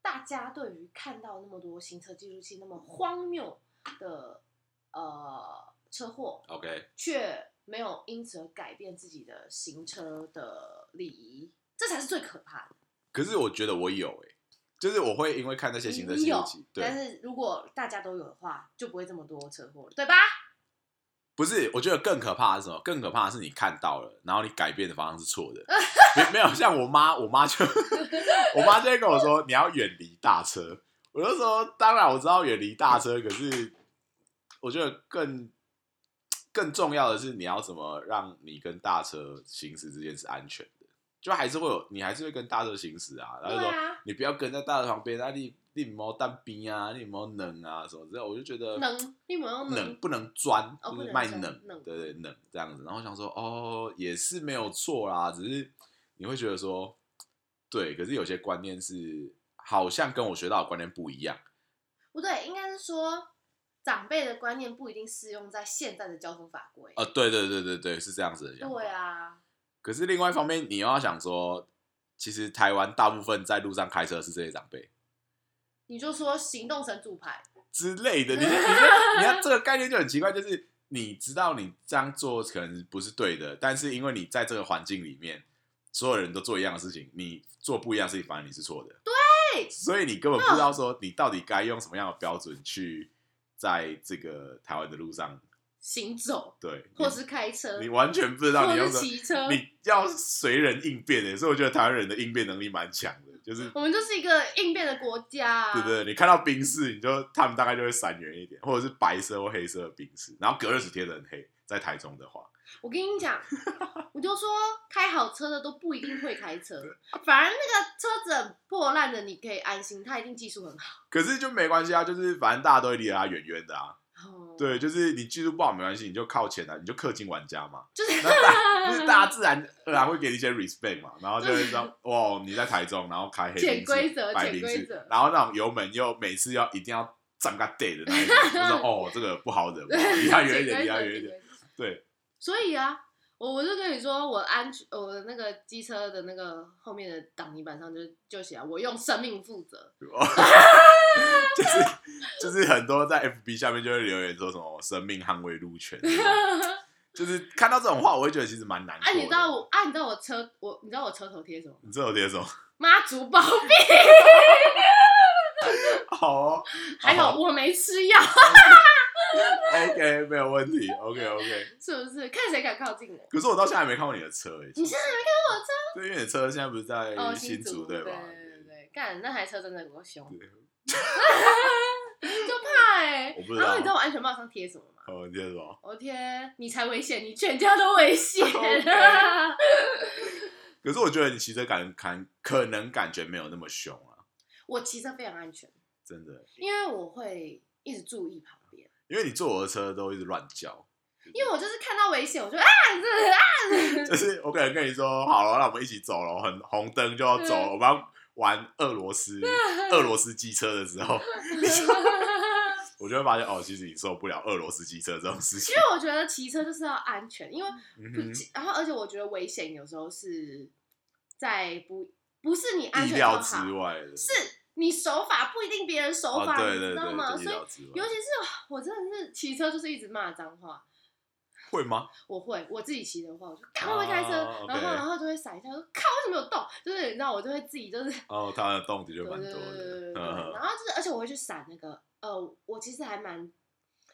[SPEAKER 1] 大家对于看到那么多行车记录器那么荒谬的呃车祸，
[SPEAKER 2] OK，
[SPEAKER 1] 却没有因此而改变自己的行车的礼仪，这才是最可怕的。
[SPEAKER 2] 可是我觉得我有诶、就是我会因为看那些行车记录
[SPEAKER 1] 你
[SPEAKER 2] 器
[SPEAKER 1] 有，但
[SPEAKER 2] 对，
[SPEAKER 1] 是如果大家都有的话，就不会这么多车祸了，对吧？
[SPEAKER 2] 不是，我觉得更可怕的是什么？更可怕的是你看到了，然后你改变的方向是错
[SPEAKER 1] (laughs)
[SPEAKER 2] 的，没没有像我妈，我妈就我妈就会跟我说你要远离大车，我就说当然我知道远离大车，可是我觉得更更重要的是你要怎么让你跟大车行驶之间是安全的，就还是会有你还是会跟大车行驶啊，然后就
[SPEAKER 1] 对
[SPEAKER 2] 说、
[SPEAKER 1] 啊，
[SPEAKER 2] 你不要跟在大车旁边，那你你毛蛋冰啊，你毛能啊什么之类的，我就觉得
[SPEAKER 1] 能，你们要
[SPEAKER 2] 冷不能钻，
[SPEAKER 1] 哦
[SPEAKER 2] 就
[SPEAKER 1] 不
[SPEAKER 2] 是
[SPEAKER 1] 能
[SPEAKER 2] 卖
[SPEAKER 1] 钻
[SPEAKER 2] 冷，
[SPEAKER 1] 冷
[SPEAKER 2] 对对冷这样子。然后我想说，哦，也是没有错啦，只是你会觉得说，对，可是有些观念是好像跟我学到的观念不一样。
[SPEAKER 1] 不对，应该是说长辈的观念不一定适用在现在的交通法规。
[SPEAKER 2] 呃，对对对对对，是这样子的想法
[SPEAKER 1] 对。啊，
[SPEAKER 2] 可是另外一方面，你又要想说，其实台湾大部分在路上开车是这些长辈
[SPEAKER 1] 你就说行动神主牌，
[SPEAKER 2] 之类的，你 (laughs) 你你看这个概念就很奇怪，就是。你知道你这样做可能不是对的，但是因为你在这个环境里面，所有人都做一样的事情，你做不一样的事情，反而你是错的。
[SPEAKER 1] 对
[SPEAKER 2] 所以你根本不知道说你到底该用什么样的标准去在这个台湾的路上，
[SPEAKER 1] 行走
[SPEAKER 2] 对，
[SPEAKER 1] 或是开车，
[SPEAKER 2] 你你完全不知道
[SPEAKER 1] 或
[SPEAKER 2] 你用
[SPEAKER 1] 是
[SPEAKER 2] 什
[SPEAKER 1] 骑车
[SPEAKER 2] 么，，你要随人应变的。所以我觉得台湾人的应变能力蛮强的，就是
[SPEAKER 1] 我们就是一个应变的国家、啊。
[SPEAKER 2] 对不对？你看到冰室，你就他们大概就会闪远一点，或者是白色或黑色的冰室，然后隔热纸贴的很黑，在台中的话，
[SPEAKER 1] 我跟你
[SPEAKER 2] (laughs)
[SPEAKER 1] 讲，我就说开好车的都不一定会开车，反而那个车子很破烂的，你可以安心，他一定技术很好。
[SPEAKER 2] 可是就没关系啊，就是反正大家都会离得他远远的啊。
[SPEAKER 1] 哦，，
[SPEAKER 2] 对，就是你技术不好没关系，你就靠前啊，你就氪金玩家嘛。
[SPEAKER 1] 就是
[SPEAKER 2] 那
[SPEAKER 1] 嗯
[SPEAKER 2] 大不是大家自然而然会给你一些 respect 嘛，然后就会说哇你在台中，然后开
[SPEAKER 1] 嗯
[SPEAKER 2] 黑
[SPEAKER 1] 潜
[SPEAKER 2] 林
[SPEAKER 1] 规则
[SPEAKER 2] 式、白
[SPEAKER 1] 潜
[SPEAKER 2] 林
[SPEAKER 1] 规
[SPEAKER 2] 式
[SPEAKER 1] 则，
[SPEAKER 2] 然后那种油门又每次要一定要站个 day 的那一种，就说哦这个不好
[SPEAKER 1] (laughs)
[SPEAKER 2] 惹，不好惹离他远一点，离他远一点。。 (laughs) 对，
[SPEAKER 1] 所以啊，我我就跟你说，我安全，我的那个机车的那个后面的挡泥板上就就写啊，我用生命负责。
[SPEAKER 2] 哦就是就是很多在 FB 下面就会留言说什么“生命捍卫路权”，
[SPEAKER 1] (laughs)
[SPEAKER 2] 就是看到这种话，我会觉得其实蛮难过
[SPEAKER 1] 啊，
[SPEAKER 2] 的。
[SPEAKER 1] 你知道我啊，你知道我车我你知道我车头贴什么吗？
[SPEAKER 2] 你这有点什么？ (laughs)
[SPEAKER 1] 妈祖保庇，
[SPEAKER 2] 好哦
[SPEAKER 1] 还好我没吃药，
[SPEAKER 2] ，OK，没有问题，OK OK。
[SPEAKER 1] 是不是？看谁敢靠近我。
[SPEAKER 2] 可是我到现在还没看过你的车、欸，
[SPEAKER 1] 你现在
[SPEAKER 2] 对，因为你的车现在不是在
[SPEAKER 1] 哦，
[SPEAKER 2] 新
[SPEAKER 1] 竹
[SPEAKER 2] 对吧
[SPEAKER 1] 对？对对，干那台车真的有够凶，
[SPEAKER 2] 对
[SPEAKER 1] (laughs) 就怕哎、
[SPEAKER 2] 我不知道
[SPEAKER 1] 然后你知道我安全帽上贴什么吗？
[SPEAKER 2] 哦，你接着说。
[SPEAKER 1] 我贴你才危险，你全家都危险。
[SPEAKER 2] (laughs) 哦哎 OK 可是我觉得你骑车感感可能感觉没有那么凶啊，
[SPEAKER 1] 我骑车非常安全，
[SPEAKER 2] 真的，
[SPEAKER 1] 因为我会一直注意旁边，
[SPEAKER 2] 因为你坐我的车都一直乱叫，
[SPEAKER 1] 因为我就是看到危险，我就啊， (laughs) 这啊，
[SPEAKER 2] 就是我可能跟你说好了，那我们一起走了，很红灯就要走了，
[SPEAKER 1] 嗯
[SPEAKER 2] 我们要玩俄罗斯俄罗斯机车的时候，我就会发现哦，其实你受不了俄罗斯机车这种事情
[SPEAKER 1] 因。为我觉得骑车就是要安全，因为
[SPEAKER 2] 嗯
[SPEAKER 1] 不
[SPEAKER 2] 哼，
[SPEAKER 1] 然后而且我觉得危险有时候是在不不是你安
[SPEAKER 2] 意
[SPEAKER 1] 全
[SPEAKER 2] 料
[SPEAKER 1] 就好
[SPEAKER 2] 之外的，
[SPEAKER 1] 是你手法不一定别人手
[SPEAKER 2] 哦，
[SPEAKER 1] 法，
[SPEAKER 2] 对
[SPEAKER 1] 你
[SPEAKER 2] 对
[SPEAKER 1] 知道吗？
[SPEAKER 2] 对，就意
[SPEAKER 1] 所以
[SPEAKER 2] 料之外，
[SPEAKER 1] 尤其是我真的是骑车就是一直骂脏话，
[SPEAKER 2] 会吗？
[SPEAKER 1] 我会我自己骑的话，我就赶快会开车，
[SPEAKER 2] 哦，OK
[SPEAKER 1] 然后然后就会闪一下，说靠为什么有动？就是你知道我就会自己就是
[SPEAKER 2] 哦，他的动的就
[SPEAKER 1] 对
[SPEAKER 2] 蛮
[SPEAKER 1] 对
[SPEAKER 2] 多
[SPEAKER 1] 对
[SPEAKER 2] 的
[SPEAKER 1] 对，对
[SPEAKER 2] 嗯
[SPEAKER 1] 对，然，后就是而且我会去闪那个呃，我其实还蛮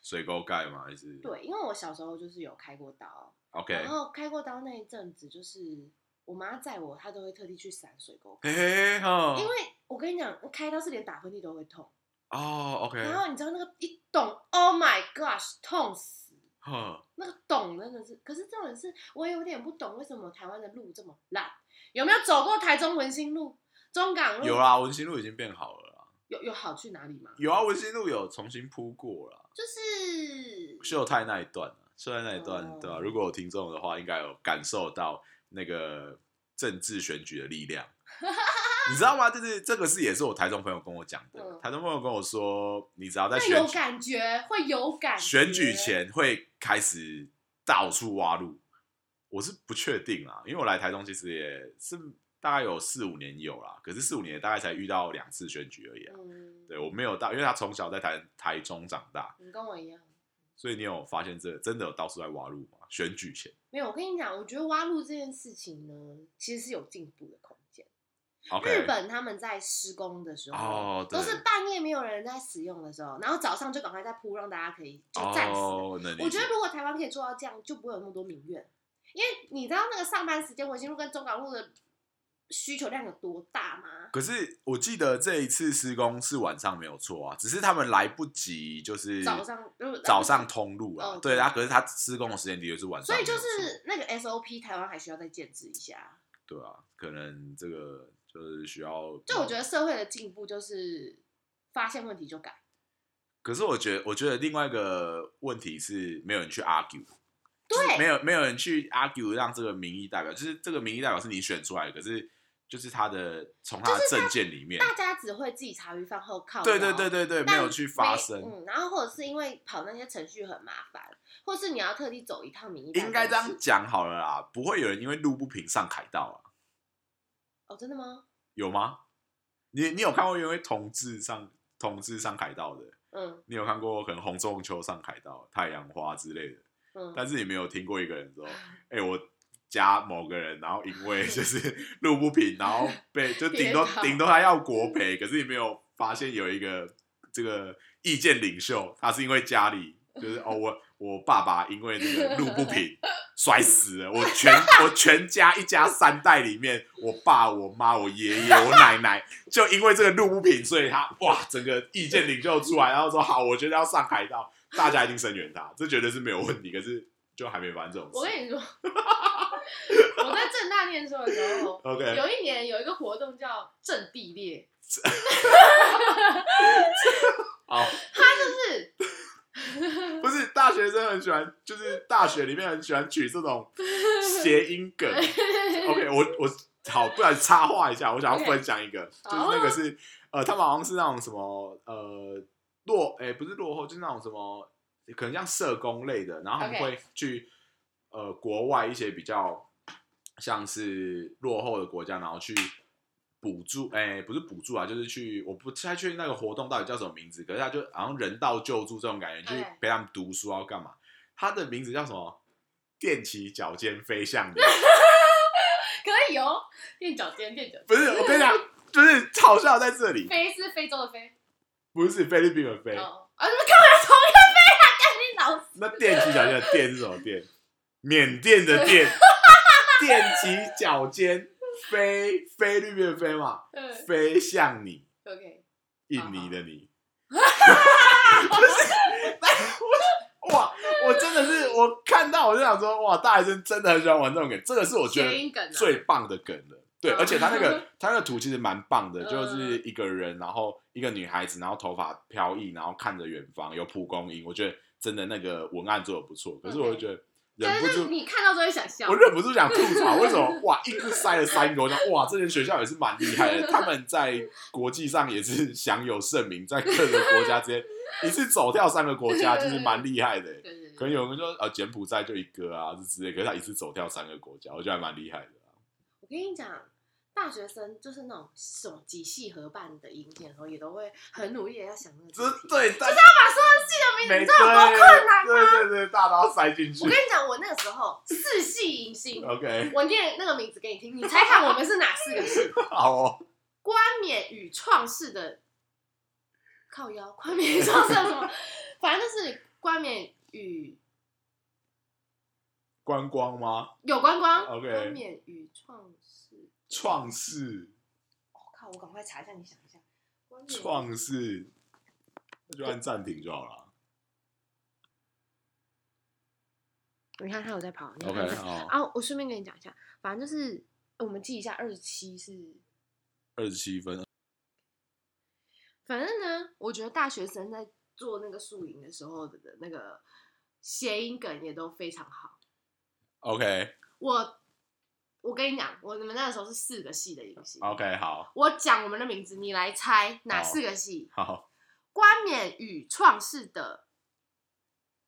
[SPEAKER 2] 水沟盖吗？还是
[SPEAKER 1] 对，因为我小时候就是有开过刀，
[SPEAKER 2] ，OK，
[SPEAKER 1] 然后开过刀那一阵子就是。我妈载我，她都会特地去闪水沟，
[SPEAKER 2] 嘿嘿哈，
[SPEAKER 1] 因为我跟你讲，开刀是连打喷嚏都会痛，
[SPEAKER 2] 哦，OK，
[SPEAKER 1] 然后你知道那个一捅，Oh my gosh，痛死！
[SPEAKER 2] 哈，
[SPEAKER 1] 那个懂真的是，可是重点是我有点不懂为什么台湾的路这么烂，有没有走过台中文心路、中港路？
[SPEAKER 2] 有啦，文心路已经变好了啦，
[SPEAKER 1] 有有好去哪里吗？
[SPEAKER 2] 有啊，文心路有重新铺过啦，
[SPEAKER 1] 就是
[SPEAKER 2] 秀泰那一段啊，秀泰那一段，
[SPEAKER 1] 哦
[SPEAKER 2] 对吧、如果有听众的话，应该有感受到那个政治选举的
[SPEAKER 1] (laughs)
[SPEAKER 2] 力量，你知道吗？就是这个是也是我台中朋友跟我讲的，
[SPEAKER 1] 嗯
[SPEAKER 2] 台中朋友跟我说，你只要在
[SPEAKER 1] 会
[SPEAKER 2] 选
[SPEAKER 1] 有
[SPEAKER 2] 举
[SPEAKER 1] 感觉，会有感觉。
[SPEAKER 2] 选举前会开始到处挖路，我是不确定啦，因为我来台中其实也是大概有四五年有啦，可是四五年大概才遇到两次选举而已啊。
[SPEAKER 1] 嗯，
[SPEAKER 2] 对我没有到，因为他从小在台台中长大，
[SPEAKER 1] 你跟我一样。
[SPEAKER 2] 所以你有发现这真的有到处在挖路吗？选举前
[SPEAKER 1] 没有，我跟你讲，我觉得挖路这件事情呢，其实是有进步的空间。日
[SPEAKER 2] ，OK，
[SPEAKER 1] 本他们在施工的时候，
[SPEAKER 2] 哦对
[SPEAKER 1] 都是半夜没有人在使用的时候，然后早上就赶快再铺，让大家可以就暂时
[SPEAKER 2] 哦，能理
[SPEAKER 1] 我觉
[SPEAKER 2] 解
[SPEAKER 1] 得如果台湾可以做到这样，就不会有那么多民怨，因为你知道那个上班时间文心路跟中港路的需求量有多大吗？
[SPEAKER 2] 可是我记得这一次施工是晚上没有错啊，只是他们来不及，就是
[SPEAKER 1] 早上呃
[SPEAKER 2] 早上通路啦
[SPEAKER 1] 哦，
[SPEAKER 2] 对
[SPEAKER 1] 对
[SPEAKER 2] 啊，可是他施工的时间的确是晚上
[SPEAKER 1] 所
[SPEAKER 2] 没
[SPEAKER 1] 以
[SPEAKER 2] 有错，
[SPEAKER 1] 就是那个 SOP，台湾还需要再建制一下。
[SPEAKER 2] 对啊，可能这个就是需要。
[SPEAKER 1] 就我觉得社会的进步就是发现问题就改，
[SPEAKER 2] 可是我觉得，我觉得另外一个问题是没有人去 argue，就是没
[SPEAKER 1] 对，
[SPEAKER 2] 有没有人去 argue 让这个民意代表，就是这个民意代表是你选出来的，可是就是他的从他的政见里面，
[SPEAKER 1] 大家只会自己茶余饭后靠腰。
[SPEAKER 2] 对对对对对，没
[SPEAKER 1] 但
[SPEAKER 2] 有去发
[SPEAKER 1] 没
[SPEAKER 2] 声。
[SPEAKER 1] 嗯，然后或者是因为跑那些程序很麻烦，或是你要特地走一趟民意代
[SPEAKER 2] 应该这
[SPEAKER 1] 表室
[SPEAKER 2] 样讲好了啦，不会有人因为路不平上凯道啊，
[SPEAKER 1] 哦，真的吗？
[SPEAKER 2] 有吗？你你有看过因为同志上同志上凯道的？
[SPEAKER 1] 嗯
[SPEAKER 2] 你有看过可能洪仲秋上凯道、太阳花之类的？
[SPEAKER 1] 嗯，
[SPEAKER 2] 但是你没有听过一个人说，哎、我加某个人，然后因为就是 (laughs) 路不平，然后被就顶多
[SPEAKER 1] 跌倒
[SPEAKER 2] 顶多他要国赔，可是你没有发现有一个这个意见领袖，他是因为家里就是哦，我我爸爸因为这个路不
[SPEAKER 1] (laughs)
[SPEAKER 2] 平摔死了，我全我全家一家三代里面，我爸、我妈、我爷爷、我奶奶，就因为这个路不平，所以他哇，整个意见领袖出来，然后说好，我觉得要上海道，大家一定声援他，这绝对是没有问题，可是。就就还没玩这种
[SPEAKER 1] 我
[SPEAKER 2] 事。
[SPEAKER 1] 跟你说，我在正大念书的时
[SPEAKER 2] (laughs)
[SPEAKER 1] 候，
[SPEAKER 2] OK，
[SPEAKER 1] 有一年有一个活动叫正地列，
[SPEAKER 2] 好，
[SPEAKER 1] 就是
[SPEAKER 2] 不是大学生很喜欢，就是大学里面很喜欢取这种谐音
[SPEAKER 1] (laughs)
[SPEAKER 2] 梗。OK，我我好，不然插话一下，我想要
[SPEAKER 1] OK 哦
[SPEAKER 2] 分享一个就是那个是呃，他们好像是那种什么呃落，哎、不是落后，就是那种什么，可能像社工类的，然后他们
[SPEAKER 1] OK
[SPEAKER 2] 会去呃国外一些比较像是落后的国家，然后去。补助，哎、不是补助啊，就是去，我不太确定那个活动到底叫什么名字，可是他就好像人道救助这种感觉，去
[SPEAKER 1] OK
[SPEAKER 2] 陪他们读书啊，要干嘛？他的名字叫什么？踮起脚尖飞向你。
[SPEAKER 1] 可以哦，垫脚尖，垫脚尖，
[SPEAKER 2] 不是，我跟你讲，就是嘲笑在这里，
[SPEAKER 1] 飞是非洲的飞，
[SPEAKER 2] 不是菲律宾的菲，
[SPEAKER 1] 哦，啊，你们看我的同一个飞啊，赶紧老死，
[SPEAKER 2] 那踮起脚
[SPEAKER 1] (laughs)
[SPEAKER 2] 尖的踮是什么踮？缅甸的踮，踮起脚尖飞，菲律宾的飞嘛，
[SPEAKER 1] (laughs) 嗯
[SPEAKER 2] 飞向你，
[SPEAKER 1] ，OK，
[SPEAKER 2] 印尼的
[SPEAKER 1] (laughs)
[SPEAKER 2] 你。不是，哇，我真的是，我看到我就想说，哇，大学生真的很喜欢玩这种梗，这个是我觉得
[SPEAKER 1] 谐音梗啊，
[SPEAKER 2] 最棒的梗了。对，
[SPEAKER 1] 嗯
[SPEAKER 2] 而且他那个 (laughs) 他那个图其实蛮棒的，
[SPEAKER 1] 嗯
[SPEAKER 2] 就是一个人，然后一个女孩子，然后头发飘逸，然后看着远方，有蒲公英。我觉得真的那个文案做的不错，可是
[SPEAKER 1] OK
[SPEAKER 2] 我就觉得忍
[SPEAKER 1] 但
[SPEAKER 2] 不
[SPEAKER 1] 是
[SPEAKER 2] 住，
[SPEAKER 1] 你看到都会想笑
[SPEAKER 2] 我，忍不住想吐槽，为什么
[SPEAKER 1] (laughs)
[SPEAKER 2] 哇，一个塞了三个，我想哇，这间学校也是蛮厉害
[SPEAKER 1] (laughs)
[SPEAKER 2] 的，他们在国际上也是享有盛名，在各个国家之间一次走跳三个国家，就是蛮厉害的。
[SPEAKER 1] (laughs) 对对
[SPEAKER 2] 可
[SPEAKER 1] 对，
[SPEAKER 2] 能有人说啊，柬埔寨就一个啊，这之类，可是他一次走跳三个国家，我觉得还蛮厉害的。
[SPEAKER 1] 我跟你讲。大学生就是那种什么几系合办的营建的时候，也都会很努力的要想那个
[SPEAKER 2] 这
[SPEAKER 1] 主题。
[SPEAKER 2] 对，但
[SPEAKER 1] 把所有系的名
[SPEAKER 2] 没
[SPEAKER 1] 字都有多困难。
[SPEAKER 2] 对对对，大刀塞进去
[SPEAKER 1] 我。跟你讲，我那个时候四系迎
[SPEAKER 2] (laughs)
[SPEAKER 1] 新，
[SPEAKER 2] OK，
[SPEAKER 1] 我念那个名字给你听，你猜看我们是哪四个
[SPEAKER 2] (laughs)
[SPEAKER 1] 系？
[SPEAKER 2] 好哦，
[SPEAKER 1] 冠冕与创世的靠腰， (laughs) 冠冕与创世有什么？反正就是冠冕与
[SPEAKER 2] 观光吗？
[SPEAKER 1] 有观光
[SPEAKER 2] OK
[SPEAKER 1] 冠冕与创世。
[SPEAKER 2] 创世，
[SPEAKER 1] 我、靠，我赶快查一下，你想一下，冠冕
[SPEAKER 2] 创世，那就按暂停就好了。
[SPEAKER 1] 你看他有在跑，你看
[SPEAKER 2] OK，
[SPEAKER 1] 他
[SPEAKER 2] 好，
[SPEAKER 1] 啊，我顺便跟你讲一下，反正就是我们记一下，二十七是
[SPEAKER 2] 二十七分。
[SPEAKER 1] 反正呢，我觉得大学生在做那个宿营的时候的那个谐音梗也都非常好。
[SPEAKER 2] OK
[SPEAKER 1] 我我跟你讲，我们那个时候是四个系的营系。
[SPEAKER 2] OK，好
[SPEAKER 1] 我讲我们的名字，你来猜哪
[SPEAKER 2] 好
[SPEAKER 1] 四个系？
[SPEAKER 2] 好，
[SPEAKER 1] 冠冕与创世的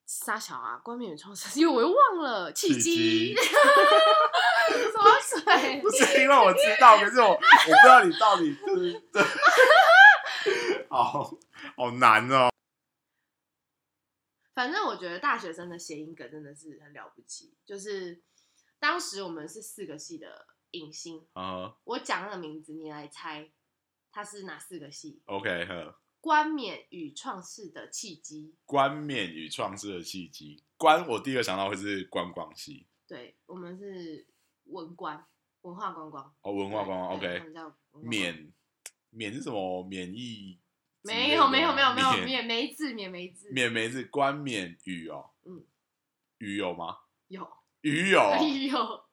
[SPEAKER 1] 沙小啊，冠冕与创世， (laughs) 因为我又忘了契
[SPEAKER 2] 契
[SPEAKER 1] 机 (laughs)
[SPEAKER 2] 机，
[SPEAKER 1] 什么水？
[SPEAKER 2] (laughs) 不是因为我知道，可是我我不知道你到底就是对，好好难哦。
[SPEAKER 1] 反正我觉得大学生的谐音梗真的是很了不起，就是当时我们是四个系的影星，
[SPEAKER 2] 啊
[SPEAKER 1] 我讲那个名字，你来猜它是哪四个系？
[SPEAKER 2] ，OK，呵
[SPEAKER 1] 冠冕与创世的契机，
[SPEAKER 2] 冠冕与创世的契机，冠我第一个想到会是观光系
[SPEAKER 1] 对我们是文官，文化观光，
[SPEAKER 2] 哦，文化观光
[SPEAKER 1] 对对
[SPEAKER 2] OK
[SPEAKER 1] 他。们叫文化
[SPEAKER 2] 免免是什么？免疫之类
[SPEAKER 1] 没
[SPEAKER 2] 的
[SPEAKER 1] 有
[SPEAKER 2] 吗？
[SPEAKER 1] 没有没有没有
[SPEAKER 2] 免
[SPEAKER 1] 免没字免没字
[SPEAKER 2] 免没是冠冕鱼哦。
[SPEAKER 1] 嗯，
[SPEAKER 2] 鱼有吗？
[SPEAKER 1] 有
[SPEAKER 2] 鱼有哦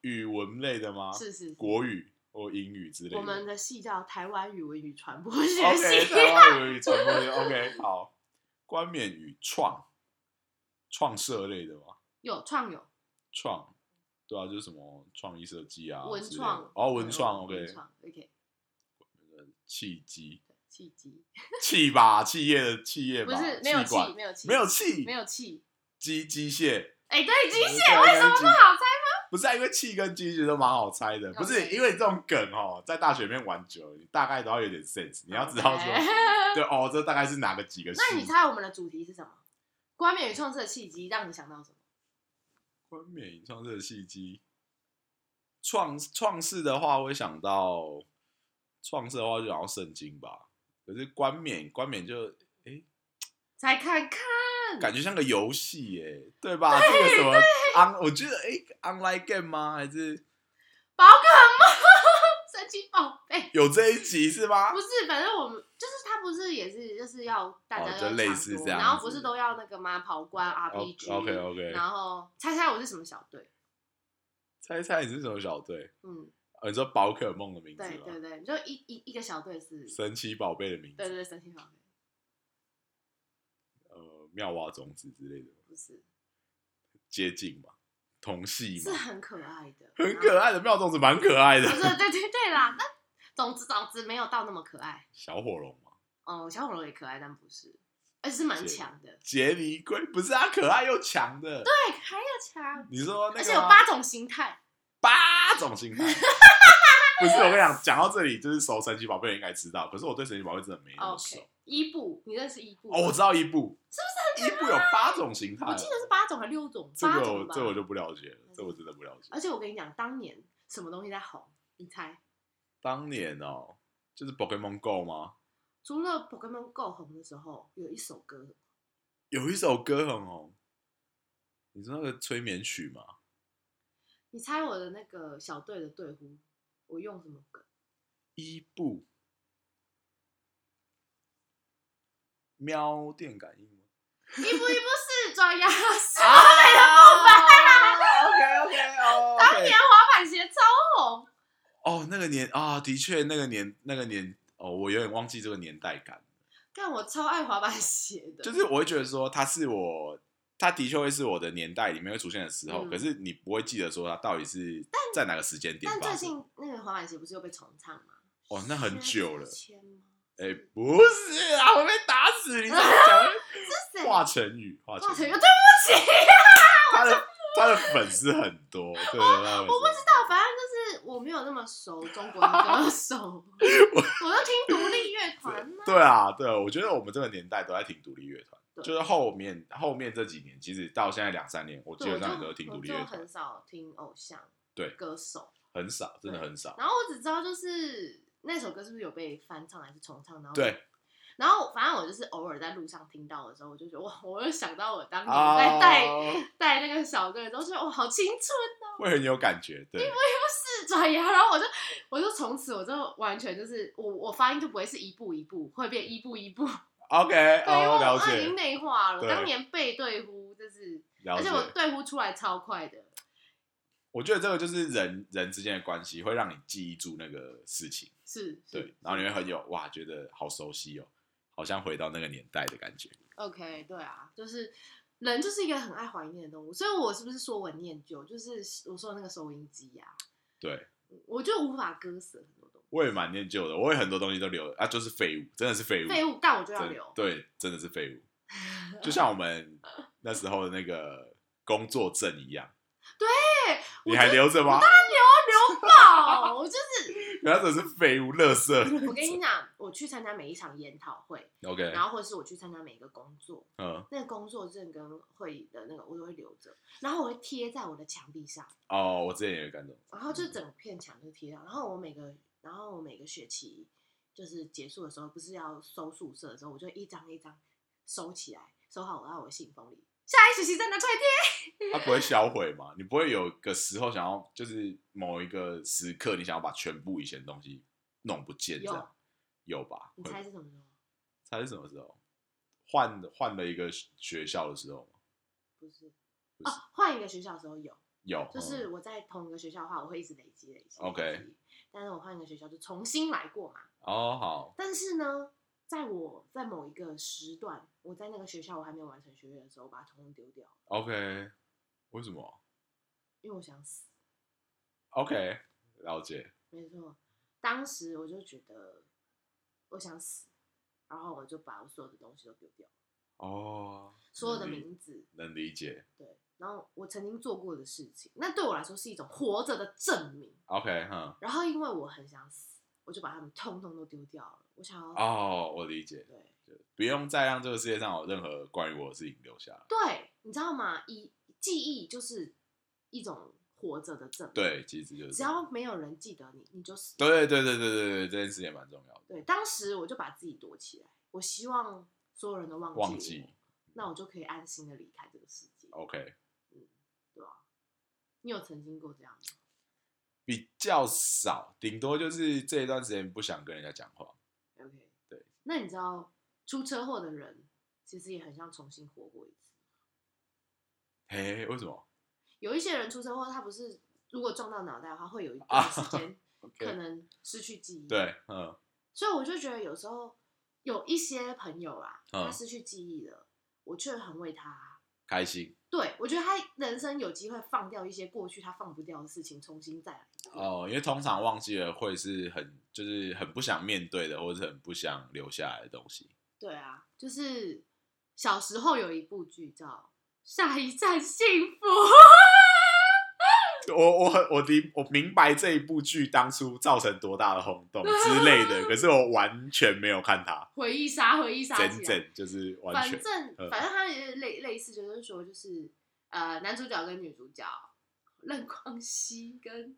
[SPEAKER 1] 有
[SPEAKER 2] (laughs) 语文类的吗？
[SPEAKER 1] 是是是
[SPEAKER 2] 国语或英语之类的。
[SPEAKER 1] 我
[SPEAKER 2] (laughs)
[SPEAKER 1] 们的系叫台湾语文与传播学
[SPEAKER 2] OK 啊
[SPEAKER 1] 系，
[SPEAKER 2] 台湾语传播学 OK 好，冠冕与创创社类的吗？
[SPEAKER 1] 有创有
[SPEAKER 2] 创对啊，就是什么创意设计啊之类
[SPEAKER 1] 文
[SPEAKER 2] 的，
[SPEAKER 1] 创
[SPEAKER 2] 哦文创
[SPEAKER 1] 嗯
[SPEAKER 2] OK
[SPEAKER 1] 文创 OK
[SPEAKER 2] 契机
[SPEAKER 1] 契机
[SPEAKER 2] 气吧企业的企业
[SPEAKER 1] 不
[SPEAKER 2] 吧
[SPEAKER 1] 是没有
[SPEAKER 2] 气
[SPEAKER 1] 气
[SPEAKER 2] 管
[SPEAKER 1] 没有气
[SPEAKER 2] 没有气
[SPEAKER 1] 没有气，
[SPEAKER 2] 机机械
[SPEAKER 1] 哎对机
[SPEAKER 2] 对
[SPEAKER 1] 械为什么不好猜？
[SPEAKER 2] 不是、啊、因为气跟机其实都蛮好猜的，不是
[SPEAKER 1] OK
[SPEAKER 2] 因为这种梗哦，在大学里面玩久了，你大概都要有点 sense，你要知道说，对哦，这大概是哪个几个系？
[SPEAKER 1] 哎那你猜我们的主题是什么？冠冕与创世的契机让你想到什么？
[SPEAKER 2] 冠冕影创这个契机，创创世的话，我会想到创世的话就想到圣经吧，可是冠冕冠冕就诶、
[SPEAKER 1] 猜看看，
[SPEAKER 2] 感觉像个游戏耶，对吧？这个什么 on，我觉得诶、online game 吗？还是
[SPEAKER 1] 宝可梦，神奇宝贝。
[SPEAKER 2] 有这一集是吗
[SPEAKER 1] 不？是，反正我们就是他不是也是就是就是要大家
[SPEAKER 2] 哦
[SPEAKER 1] 要
[SPEAKER 2] 就类
[SPEAKER 1] 唱
[SPEAKER 2] 似
[SPEAKER 1] 歌
[SPEAKER 2] 这样
[SPEAKER 1] 然后不
[SPEAKER 2] 子哦
[SPEAKER 1] 是都要那个吗？跑关 RPG，、
[SPEAKER 2] OK OK，
[SPEAKER 1] 然后猜猜我是什么小队？
[SPEAKER 2] 猜猜你是什么小队？
[SPEAKER 1] 嗯，
[SPEAKER 2] 哦，你说宝可梦的名字
[SPEAKER 1] 对对
[SPEAKER 2] 吗？
[SPEAKER 1] 对，就一一一个小队是，对
[SPEAKER 2] 神奇宝贝的名
[SPEAKER 1] 对
[SPEAKER 2] 字，
[SPEAKER 1] 对，神奇小队
[SPEAKER 2] 呃，妙蛙种子之类的，
[SPEAKER 1] 不是，
[SPEAKER 2] 接近嘛，同系
[SPEAKER 1] 是
[SPEAKER 2] 嘛，
[SPEAKER 1] 很可爱的，
[SPEAKER 2] 很可
[SPEAKER 1] 爱。
[SPEAKER 2] 爱的妙种子，蛮可爱的
[SPEAKER 1] 不，是，对对对啦，那总之总之没有到那么可爱。
[SPEAKER 2] 小火龙嘛，
[SPEAKER 1] 哦，小火龙也可爱，但不是，而且是蛮
[SPEAKER 2] 是
[SPEAKER 1] 强的，
[SPEAKER 2] 杰尼龟不是它啊可爱又强的，对，
[SPEAKER 1] 对，还要强，
[SPEAKER 2] 你说那个
[SPEAKER 1] 而且有
[SPEAKER 2] 吗
[SPEAKER 1] 八种形态。
[SPEAKER 2] 八种形态。不是，我跟你讲，讲到这里就是熟神奇宝贝人应该知道，可是我对神奇宝贝真的没那么熟。
[SPEAKER 1] 哦 OK，伊布，你认识伊布吗？
[SPEAKER 2] 哦，我知道伊布，是不是伊布有八种形态
[SPEAKER 1] 我
[SPEAKER 2] 哦？
[SPEAKER 1] 记得是八种还是六种，
[SPEAKER 2] 这
[SPEAKER 1] 八
[SPEAKER 2] 个
[SPEAKER 1] 种
[SPEAKER 2] 我
[SPEAKER 1] 吧。
[SPEAKER 2] 这我就不了解了，这我真的不了解。
[SPEAKER 1] 而且我跟你讲，当年什么东西在红？你猜？
[SPEAKER 2] 当年哦，就是 Pokemon Go 吗？
[SPEAKER 1] 除了 Pokemon Go 红的时候，有一首歌，
[SPEAKER 2] 有一首歌很红，你说那个催眠曲吗？
[SPEAKER 1] 你猜我的那个小队的队呼，我用什么歌？
[SPEAKER 2] 伊布，喵电感应吗？
[SPEAKER 1] 一步一步是转呀，是
[SPEAKER 2] 啊，OK
[SPEAKER 1] (laughs)
[SPEAKER 2] OK 哦，
[SPEAKER 1] 当年滑板鞋超红。
[SPEAKER 2] 哦，那个年啊、的确那个年那个年哦，我有点忘记这个年代感，
[SPEAKER 1] 但我超爱滑板鞋的，
[SPEAKER 2] 就是我会觉得说它是我，它的确会是我的年代里面会出现的时候，
[SPEAKER 1] 嗯
[SPEAKER 2] 可是你不会记得说它到底是在哪个时间点
[SPEAKER 1] 但
[SPEAKER 2] 发
[SPEAKER 1] 最
[SPEAKER 2] 生。
[SPEAKER 1] 近那个滑板鞋不是又被重唱吗？
[SPEAKER 2] 哦那很久了
[SPEAKER 1] 薛之谦吗
[SPEAKER 2] 哎、不是啊，我被打死！你怎么
[SPEAKER 1] (laughs)
[SPEAKER 2] 讲？
[SPEAKER 1] 是谁？
[SPEAKER 2] 华晨宇，华
[SPEAKER 1] 华
[SPEAKER 2] 晨
[SPEAKER 1] 晨
[SPEAKER 2] 宇
[SPEAKER 1] 宇，对不，起，
[SPEAKER 2] 他的他的粉丝很多，对，我
[SPEAKER 1] 啊我不知道，反正就是我没有那么熟中国的歌
[SPEAKER 2] (laughs)
[SPEAKER 1] 手，我就听独立乐团嘛。
[SPEAKER 2] 对啊，对啊，我觉得我们这个年代都在听独立乐团，
[SPEAKER 1] 对
[SPEAKER 2] 就是后面后面这几年，其实到现在两三年，我基
[SPEAKER 1] 对，我
[SPEAKER 2] 本
[SPEAKER 1] 就
[SPEAKER 2] 上也都是听独立乐
[SPEAKER 1] 我就
[SPEAKER 2] 团
[SPEAKER 1] 很，少听偶像
[SPEAKER 2] 对
[SPEAKER 1] 歌手，
[SPEAKER 2] 很少，真的很少。
[SPEAKER 1] 然后我只知道就是那首歌是不是有被翻唱还是重唱，然后
[SPEAKER 2] 对。
[SPEAKER 1] 然后反正我就是偶尔在路上听到的时候，我就觉得哇， (laughs) 我又想到我当
[SPEAKER 2] 啊
[SPEAKER 1] 年在带、带那个小队的时候，觉得哇，好青春哦，
[SPEAKER 2] 会很有感觉，对，
[SPEAKER 1] 又是转啊牙，然后我就 (laughs) 我就从此我就完全就是我我发音就不会是一步一步，会变一步一步，
[SPEAKER 2] OK， (laughs)
[SPEAKER 1] 对，因为
[SPEAKER 2] 哦，
[SPEAKER 1] 我
[SPEAKER 2] 了
[SPEAKER 1] 我已经
[SPEAKER 2] 解，
[SPEAKER 1] 内化了，
[SPEAKER 2] 对
[SPEAKER 1] 当年背对呼就是，
[SPEAKER 2] 了
[SPEAKER 1] 而且
[SPEAKER 2] 解。
[SPEAKER 1] 我对呼出来超快的，
[SPEAKER 2] 我觉得这个就是人人之间的关系，会让你记忆住那个事情，
[SPEAKER 1] 是，是
[SPEAKER 2] 对，然后你会很有哇，觉得好熟悉哦，好像回到那个年代的感觉。
[SPEAKER 1] OK，对啊，就是人就是一个很爱怀念的动物，所以我是不是说我很念旧？就是我说的那个收音机呀、
[SPEAKER 2] 对，
[SPEAKER 1] 我就无法割舍很多东
[SPEAKER 2] 我也蛮念旧的，我也很多东西都留啊，就是废物，真的是废
[SPEAKER 1] 西，
[SPEAKER 2] 物，
[SPEAKER 1] 废物，但我就要
[SPEAKER 2] 真
[SPEAKER 1] 留。
[SPEAKER 2] 对，真的是废物。就像我们那时候的那个工作证一样，
[SPEAKER 1] 对，我
[SPEAKER 2] 你还
[SPEAKER 1] 就
[SPEAKER 2] 留着吗？ (laughs)
[SPEAKER 1] 留爆，我就是
[SPEAKER 2] 然后真的是废物、垃圾。
[SPEAKER 1] 我跟你讲，我去参加每一场研讨会，
[SPEAKER 2] OK，
[SPEAKER 1] 然后或者是我去参加每一个工作，
[SPEAKER 2] 嗯，
[SPEAKER 1] 那个工作证跟会议的那个我都会留着，然后我会贴在我的墙壁上，
[SPEAKER 2] 哦，我之前也有干这种，
[SPEAKER 1] 然后就整片墙就贴上，然后我每个，然后我每个学期就是结束的时候，不是要收宿舍的时候，我就一张一张收起来，收好，我到我的信封里，下一学期再拿出来贴。
[SPEAKER 2] 它不会销毁嘛？你不会有个时候想要，就是某一个时刻，你想要把全部以前的东西弄不见，这
[SPEAKER 1] 有
[SPEAKER 2] 样有吧？
[SPEAKER 1] 你
[SPEAKER 2] 会
[SPEAKER 1] 猜
[SPEAKER 2] 吗
[SPEAKER 1] 是什么时候？
[SPEAKER 2] 猜是什么时候？换换了一个学校的时候吗
[SPEAKER 1] 不是，
[SPEAKER 2] 不
[SPEAKER 1] 哦，
[SPEAKER 2] 是
[SPEAKER 1] 换一个学校的时候有，
[SPEAKER 2] 有，
[SPEAKER 1] 就是
[SPEAKER 2] 嗯
[SPEAKER 1] 我在同一个学校的话，我会一直累积累积。
[SPEAKER 2] OK
[SPEAKER 1] 累积但是我换一个学校就重新来过嘛。
[SPEAKER 2] 哦，好，
[SPEAKER 1] 但是呢，在我在某一个时段，我在那个学校我还没有完成学业的时候，我把它统统丢掉，
[SPEAKER 2] OK，为什么
[SPEAKER 1] 因为我想死。
[SPEAKER 2] ？OK，了解。
[SPEAKER 1] 没错，当时我就觉得我想死，然后我就把我所有的东西都丢掉，
[SPEAKER 2] 哦，
[SPEAKER 1] 所有的
[SPEAKER 2] 能理
[SPEAKER 1] 名字，
[SPEAKER 2] 能理解。
[SPEAKER 1] 对，然后我曾经做过的事情，那对我来说是一种活着的证明。
[SPEAKER 2] OK，哼，
[SPEAKER 1] 然后因为我很想死，我就把他们通通都丢掉了。我想要，
[SPEAKER 2] 哦，我理解，
[SPEAKER 1] 对
[SPEAKER 2] 就不用再让这个世界上有任何关于我的事情留下来。
[SPEAKER 1] 对，你知道吗？一记忆就是一种活着的证明，，
[SPEAKER 2] 对，其实就是
[SPEAKER 1] 只
[SPEAKER 2] 这样
[SPEAKER 1] 要没有人记得你，你就死。
[SPEAKER 2] 对对对对对对，这件事也蛮重要的。
[SPEAKER 1] 对，当时我就把自己躲起来，我希望所有人都忘记
[SPEAKER 2] 忘记嗯哦
[SPEAKER 1] 我那我就可以安心的离开这个世界。
[SPEAKER 2] OK，
[SPEAKER 1] 对啊，你有曾经过这样吗？
[SPEAKER 2] 比较少，顶多就是这一段时间不想跟人家讲话。
[SPEAKER 1] OK，
[SPEAKER 2] 对。
[SPEAKER 1] 那你知道出车祸的人其实也很像重新活过一次。
[SPEAKER 2] 嘿，为什么
[SPEAKER 1] 有一些人出车祸，他不是如果撞到脑袋的话，会有一
[SPEAKER 2] 啊
[SPEAKER 1] 段时间可
[SPEAKER 2] ？OK，
[SPEAKER 1] 能失去记忆。，
[SPEAKER 2] 对，嗯，
[SPEAKER 1] 所以我就觉得有时候有一些朋友啊，
[SPEAKER 2] 嗯
[SPEAKER 1] 他失去记忆了，我却很为他。
[SPEAKER 2] 开心
[SPEAKER 1] 对，我觉得他人生有机会放掉一些过去他放不掉的事情，重新再来。
[SPEAKER 2] 哦，因为通常忘记了会是很就是很不想面对的，或者是很不想留下来的东西。
[SPEAKER 1] 对啊，就是小时候有一部剧叫《下一站幸福》， (laughs)
[SPEAKER 2] 我我很我明我明白这一部剧当初造成多大的轰
[SPEAKER 1] (laughs)
[SPEAKER 2] 动之类的，可是我完全没有看它，
[SPEAKER 1] 回忆杀，回忆杀起来，
[SPEAKER 2] 整整就是完
[SPEAKER 1] 反
[SPEAKER 2] 全
[SPEAKER 1] 正
[SPEAKER 2] 嗯
[SPEAKER 1] 反正他也类类似，就是说，就是呃，男主角跟女主角任光熙跟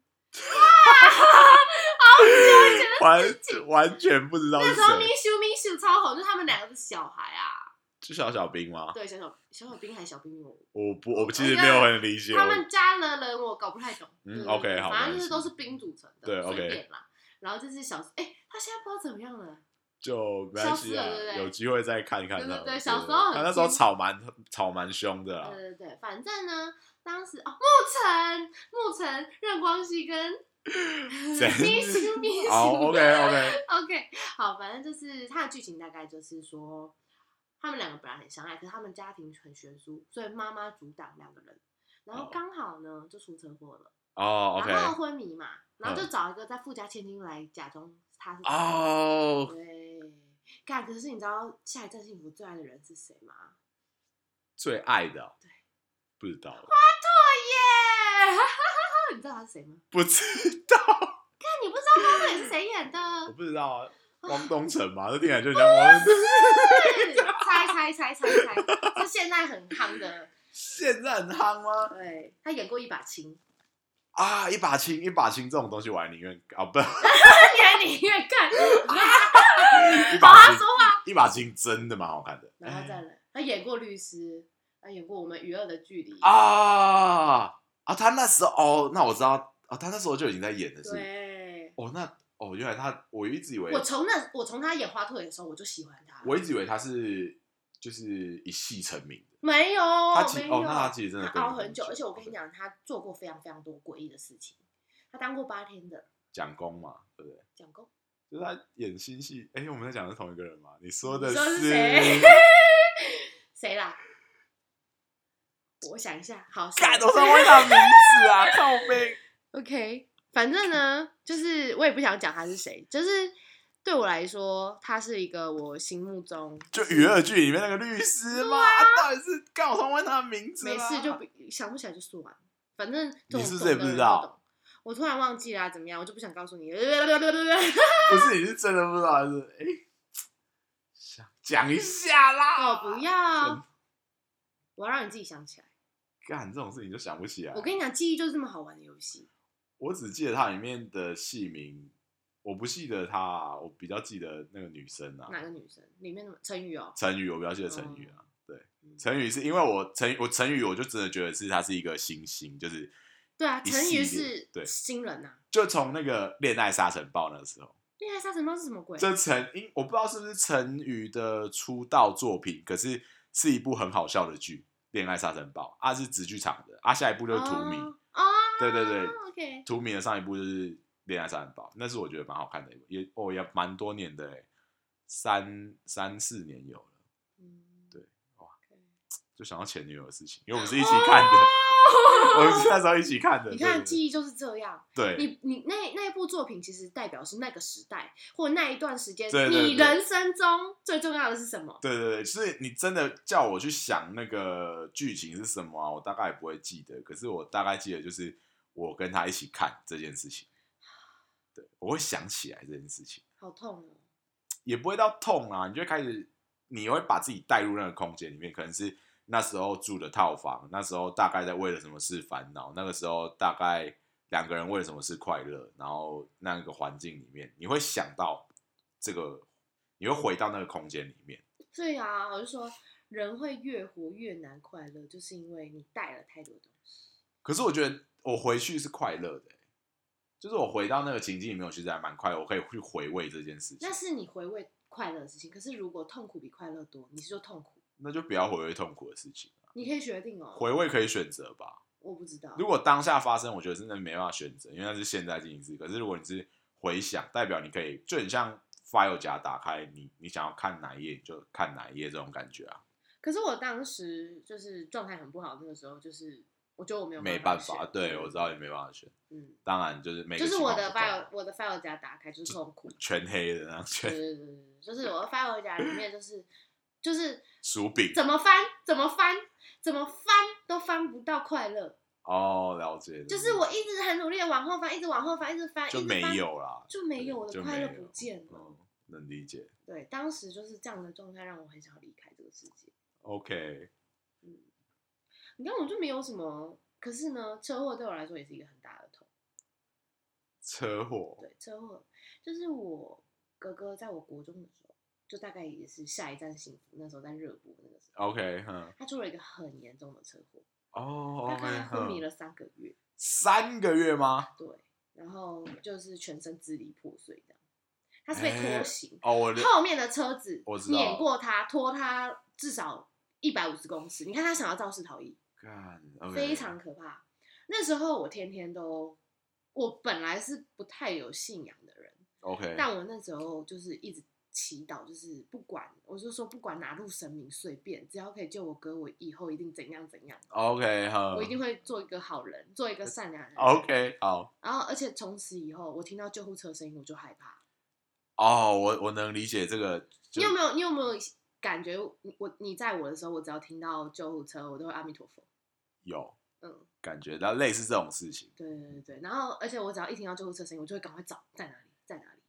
[SPEAKER 2] 完完全不知道
[SPEAKER 1] 那
[SPEAKER 2] 是
[SPEAKER 1] 时候咪
[SPEAKER 2] 谁，
[SPEAKER 1] 咻咪咻超红，就是他们两个是小孩啊，
[SPEAKER 2] 是小小兵吗？
[SPEAKER 1] 对，小小小小兵还是小兵我
[SPEAKER 2] 我不，我其实没有很理解。
[SPEAKER 1] 他
[SPEAKER 2] 我
[SPEAKER 1] 们家的人我搞不太懂。
[SPEAKER 2] 嗯
[SPEAKER 1] 对对
[SPEAKER 2] OK，
[SPEAKER 1] 对
[SPEAKER 2] 好
[SPEAKER 1] 反
[SPEAKER 2] 没
[SPEAKER 1] 正
[SPEAKER 2] 关
[SPEAKER 1] 就是
[SPEAKER 2] 系
[SPEAKER 1] 都是冰组成的，
[SPEAKER 2] 对
[SPEAKER 1] 随
[SPEAKER 2] OK
[SPEAKER 1] 便啦。然后就是小，哎、他现在不知道怎么样了，
[SPEAKER 2] 就没关系啊
[SPEAKER 1] 消失了对不，对
[SPEAKER 2] 有机会再看一看
[SPEAKER 1] 对
[SPEAKER 2] 他
[SPEAKER 1] 对
[SPEAKER 2] 们。
[SPEAKER 1] 对小时候很
[SPEAKER 2] 他那时候
[SPEAKER 1] 尖
[SPEAKER 2] 吵蛮吵蛮凶的啊
[SPEAKER 1] 对，对对，反正呢，当时哦，沐橙、沐橙、任光熙跟 (laughs)
[SPEAKER 2] 谁
[SPEAKER 1] 咪
[SPEAKER 2] (laughs)
[SPEAKER 1] 咻咪咻，
[SPEAKER 2] 好，OK OK，
[SPEAKER 1] (laughs) OK，好，反正就是它的剧情大概就是说，他们两个本来很相爱，可是他们家庭很悬殊，所以妈妈阻挡两个人，然后
[SPEAKER 2] 哦
[SPEAKER 1] 刚好呢就出车祸了，
[SPEAKER 2] 哦，OK，
[SPEAKER 1] 然后昏迷嘛，然后就
[SPEAKER 2] 嗯
[SPEAKER 1] 找一个在富家千金来假装他是他，
[SPEAKER 2] 哦，
[SPEAKER 1] 对，干，可是你知道下一站幸福最爱的人是谁吗？
[SPEAKER 2] 最爱的哦
[SPEAKER 1] 对，
[SPEAKER 2] 不知道，
[SPEAKER 1] 耶、你知道他是谁吗？
[SPEAKER 2] 不知道，
[SPEAKER 1] 看你不知道妈妈也是谁演的？
[SPEAKER 2] 我不知道啊，汪东城嘛，这听起来就像汪。
[SPEAKER 1] 是猜猜猜猜猜，他现在很夯的，
[SPEAKER 2] 现在很夯吗？
[SPEAKER 1] 对，他演过一把青。
[SPEAKER 2] 啊，一把青，一把青这种东西我还宁愿啊，不， (laughs)
[SPEAKER 1] 你还宁愿看，
[SPEAKER 2] 一
[SPEAKER 1] 好
[SPEAKER 2] 把
[SPEAKER 1] 好
[SPEAKER 2] 青
[SPEAKER 1] 说话。
[SPEAKER 2] 一把青真的蛮好看的。哎
[SPEAKER 1] 然后再来，他演过律师，他演过我们《娱乐的距离》，
[SPEAKER 2] 啊啊！他那时候哦，那我知道啊，他那时候就已经在演了，是不是
[SPEAKER 1] 对。
[SPEAKER 2] 哦，那哦，原来他，我一直以为，
[SPEAKER 1] 我
[SPEAKER 2] 我
[SPEAKER 1] 从那我从他演花兔眼的时候我就喜欢他，
[SPEAKER 2] 一直以为他是就是一戏成名的，
[SPEAKER 1] 没有，
[SPEAKER 2] 他其
[SPEAKER 1] 没有
[SPEAKER 2] 哦，那他其实真的
[SPEAKER 1] 他
[SPEAKER 2] 跟
[SPEAKER 1] 熬
[SPEAKER 2] 我
[SPEAKER 1] 很久，而且我跟你
[SPEAKER 2] 讲，
[SPEAKER 1] 讲，他做过非常非常多诡异的事情，他当过八天的
[SPEAKER 2] 蒋公嘛，对不对？
[SPEAKER 1] 讲公，
[SPEAKER 2] 就是他演新戏，哎，我们在讲的是同一个人吗？你说的
[SPEAKER 1] 你说
[SPEAKER 2] 是
[SPEAKER 1] 是谁？ (laughs) 谁啦？我想一下，好，谁
[SPEAKER 2] 看，我怎么会讲名字啊？靠背，
[SPEAKER 1] (laughs) OK，反正呢，就是我也不想讲他是谁，就是对我来说，他是一个我心目中
[SPEAKER 2] 就娱乐剧里面那个律师嘛，啊到底是干我怎么会他的名字
[SPEAKER 1] 没
[SPEAKER 2] 啦？
[SPEAKER 1] 事就不想不起来就算了，反正这种
[SPEAKER 2] 你是不是也
[SPEAKER 1] 懂的
[SPEAKER 2] 不知
[SPEAKER 1] 人
[SPEAKER 2] 道
[SPEAKER 1] 都懂？我突然忘记啦、怎么样？我就不想告诉
[SPEAKER 2] (laughs)
[SPEAKER 1] 你。
[SPEAKER 2] 不是，你是真的不知道还是？哎、想讲一
[SPEAKER 1] (laughs)
[SPEAKER 2] 下啦。
[SPEAKER 1] 哦，不要，我要让你自己想起来。
[SPEAKER 2] 干这种事情就想不起来。
[SPEAKER 1] 我跟你讲，记忆就是这么好玩的游戏。
[SPEAKER 2] 我只记得它里面的戏名，我不记得它，我比较记得那个女生啊，
[SPEAKER 1] 哪个女生？里面的成语哦。
[SPEAKER 2] 陈宇，我比较记得陈宇啊。
[SPEAKER 1] 嗯
[SPEAKER 2] 陈宇是因为我陈我陈宇，我就真的觉得是他是一个新星，就是
[SPEAKER 1] 对啊，
[SPEAKER 2] 一
[SPEAKER 1] 成
[SPEAKER 2] 系
[SPEAKER 1] 语
[SPEAKER 2] 列
[SPEAKER 1] 是
[SPEAKER 2] 对
[SPEAKER 1] 新人呐、啊。
[SPEAKER 2] 就从那个《恋爱沙尘暴》那个时候，
[SPEAKER 1] 恋爱沙尘暴是什么鬼？
[SPEAKER 2] 这陈因我不知道是不是陈宇的出道作品，可是是一部很好笑的剧，《恋爱沙尘暴》啊是直剧场的，啊下一部就是荼蘼。
[SPEAKER 1] 哦哦
[SPEAKER 2] 对对对，
[SPEAKER 1] ，OK，
[SPEAKER 2] 图米的上一部就是《恋爱三人包》，那是我觉得蛮好看的一部，也哦也蛮多年的欸，三三四年有了。
[SPEAKER 1] 嗯，
[SPEAKER 2] 对哇
[SPEAKER 1] OK。
[SPEAKER 2] 就想到前女友的事情，因为我们是一起看的，我们是那时候一起看的。
[SPEAKER 1] 哦 (laughs) 你
[SPEAKER 2] 对
[SPEAKER 1] 看，
[SPEAKER 2] 对
[SPEAKER 1] 记忆就是这样。
[SPEAKER 2] 对对
[SPEAKER 1] 你你那那一部作品，其实代表是那个时代或那一段时间，
[SPEAKER 2] 对对
[SPEAKER 1] 你
[SPEAKER 2] 对
[SPEAKER 1] 人生中最重要的是什么？
[SPEAKER 2] 对对对，所以你真的叫我去想那个剧情是什么啊，我大概也不会记得，可是我大概记得就是我跟他一起看这件事情，对，我会想起来这件事情。
[SPEAKER 1] 好痛哦！
[SPEAKER 2] 也不会到痛啊，你就会开始，你会把自己带入那个空间里面，可能是那时候住的套房，那时候大概在为了什么事烦恼，那个时候大概两个人为了什么事快乐，然后那个环境里面，你会想到这个，你会回到那个空间里面。
[SPEAKER 1] 对啊，我就说人会越活越难快乐，就是因为你带了太多东西。
[SPEAKER 2] 可是我觉得我回去是快乐的欸、就是我回到那个情境里面，我其实还蛮快乐，我可以去回味这件事情
[SPEAKER 1] 那。是你回味快乐的事情。可是如果痛苦比快乐多，你是说痛苦？
[SPEAKER 2] 那就不要回味痛苦的事情啊
[SPEAKER 1] 你可以决定哦。
[SPEAKER 2] 回味可以选择吧。
[SPEAKER 1] 我不知道。
[SPEAKER 2] 如果当下发生，我觉得真的没办法选择，因为那是现在进行式。可是如果你是回想，代表你可以就很像 file 夹打开，你你想要看哪一页你就看哪一页这种感觉啊，
[SPEAKER 1] 可是我当时就是状态很不好，那个时候就是我觉得我没有
[SPEAKER 2] 没
[SPEAKER 1] 办
[SPEAKER 2] 办法。对，我知道你没办法选。
[SPEAKER 1] 嗯，
[SPEAKER 2] 当然就是每个
[SPEAKER 1] 就是
[SPEAKER 2] 情
[SPEAKER 1] 我
[SPEAKER 2] 况
[SPEAKER 1] 的
[SPEAKER 2] 不同
[SPEAKER 1] file 我的 file 夹打开就是痛
[SPEAKER 2] (laughs)
[SPEAKER 1] 苦，
[SPEAKER 2] 全黑的那样
[SPEAKER 1] 对
[SPEAKER 2] 全
[SPEAKER 1] 对对对，对就是我的 file 夹里面就是
[SPEAKER 2] (sniffs)
[SPEAKER 1] 就是
[SPEAKER 2] (laughs) 薯饼。
[SPEAKER 1] 怎么翻怎么翻怎么翻都翻不到快乐，
[SPEAKER 2] 哦，了解。
[SPEAKER 1] 就是我一直很努力的往后翻，一直往后翻，一直翻，
[SPEAKER 2] 就
[SPEAKER 1] 一直
[SPEAKER 2] 没
[SPEAKER 1] 翻
[SPEAKER 2] 有啦，
[SPEAKER 1] 就没有我
[SPEAKER 2] 对
[SPEAKER 1] 的
[SPEAKER 2] 就
[SPEAKER 1] 快乐
[SPEAKER 2] 没有
[SPEAKER 1] 不见了。
[SPEAKER 2] 嗯，能理解。
[SPEAKER 1] 对，当时就是这样的状态，让我很想离开这个世界。
[SPEAKER 2] OK，
[SPEAKER 1] 嗯，你看我就没有什么，可是呢，车祸对我来说也是一个很大的痛。
[SPEAKER 2] 车祸
[SPEAKER 1] 对，车祸就是我哥哥在我国中的时候，就大概也是下一站幸福，那时候在热播那个时候，
[SPEAKER 2] ，OK，哼，
[SPEAKER 1] 他出了一个很严重的车祸，
[SPEAKER 2] 哦
[SPEAKER 1] 大
[SPEAKER 2] ，OK，
[SPEAKER 1] 概昏迷
[SPEAKER 2] 哼
[SPEAKER 1] 了三个月，
[SPEAKER 2] 三个月吗？
[SPEAKER 1] 对，然后就是全身支离破碎这样，他是被
[SPEAKER 2] 哎
[SPEAKER 1] 拖行，
[SPEAKER 2] 哦，我
[SPEAKER 1] 后面的车子
[SPEAKER 2] 我知道
[SPEAKER 1] 碾过他，拖他至少一百五十公尺，你看他想要肇事逃逸，
[SPEAKER 2] 干，OK，
[SPEAKER 1] 非常可怕。那时候我天天都，我本来是不太有信仰的人。
[SPEAKER 2] OK，
[SPEAKER 1] 但我那时候就是一直祈祷，就是不管，我就说不管哪路神明随便，只要可以救我哥，我以后一定怎样怎样，
[SPEAKER 2] OK，哼，
[SPEAKER 1] 我一定会做一个好人，做一个善良的人。
[SPEAKER 2] 嗯 OK，好，
[SPEAKER 1] 然后，而且从此以后，我听到救护车声音我就害怕。
[SPEAKER 2] 哦，我我能理解这个，
[SPEAKER 1] 你
[SPEAKER 2] 就
[SPEAKER 1] 有没有？你有没有感觉我？我你在我的时候，我只要听到救护车，我都会阿弥陀佛。
[SPEAKER 2] 有
[SPEAKER 1] 嗯，
[SPEAKER 2] 感觉到类似这种事情。
[SPEAKER 1] 对对对对。然后，而且我只要一听到救护车声音，我就会赶快找在哪里，在哪里。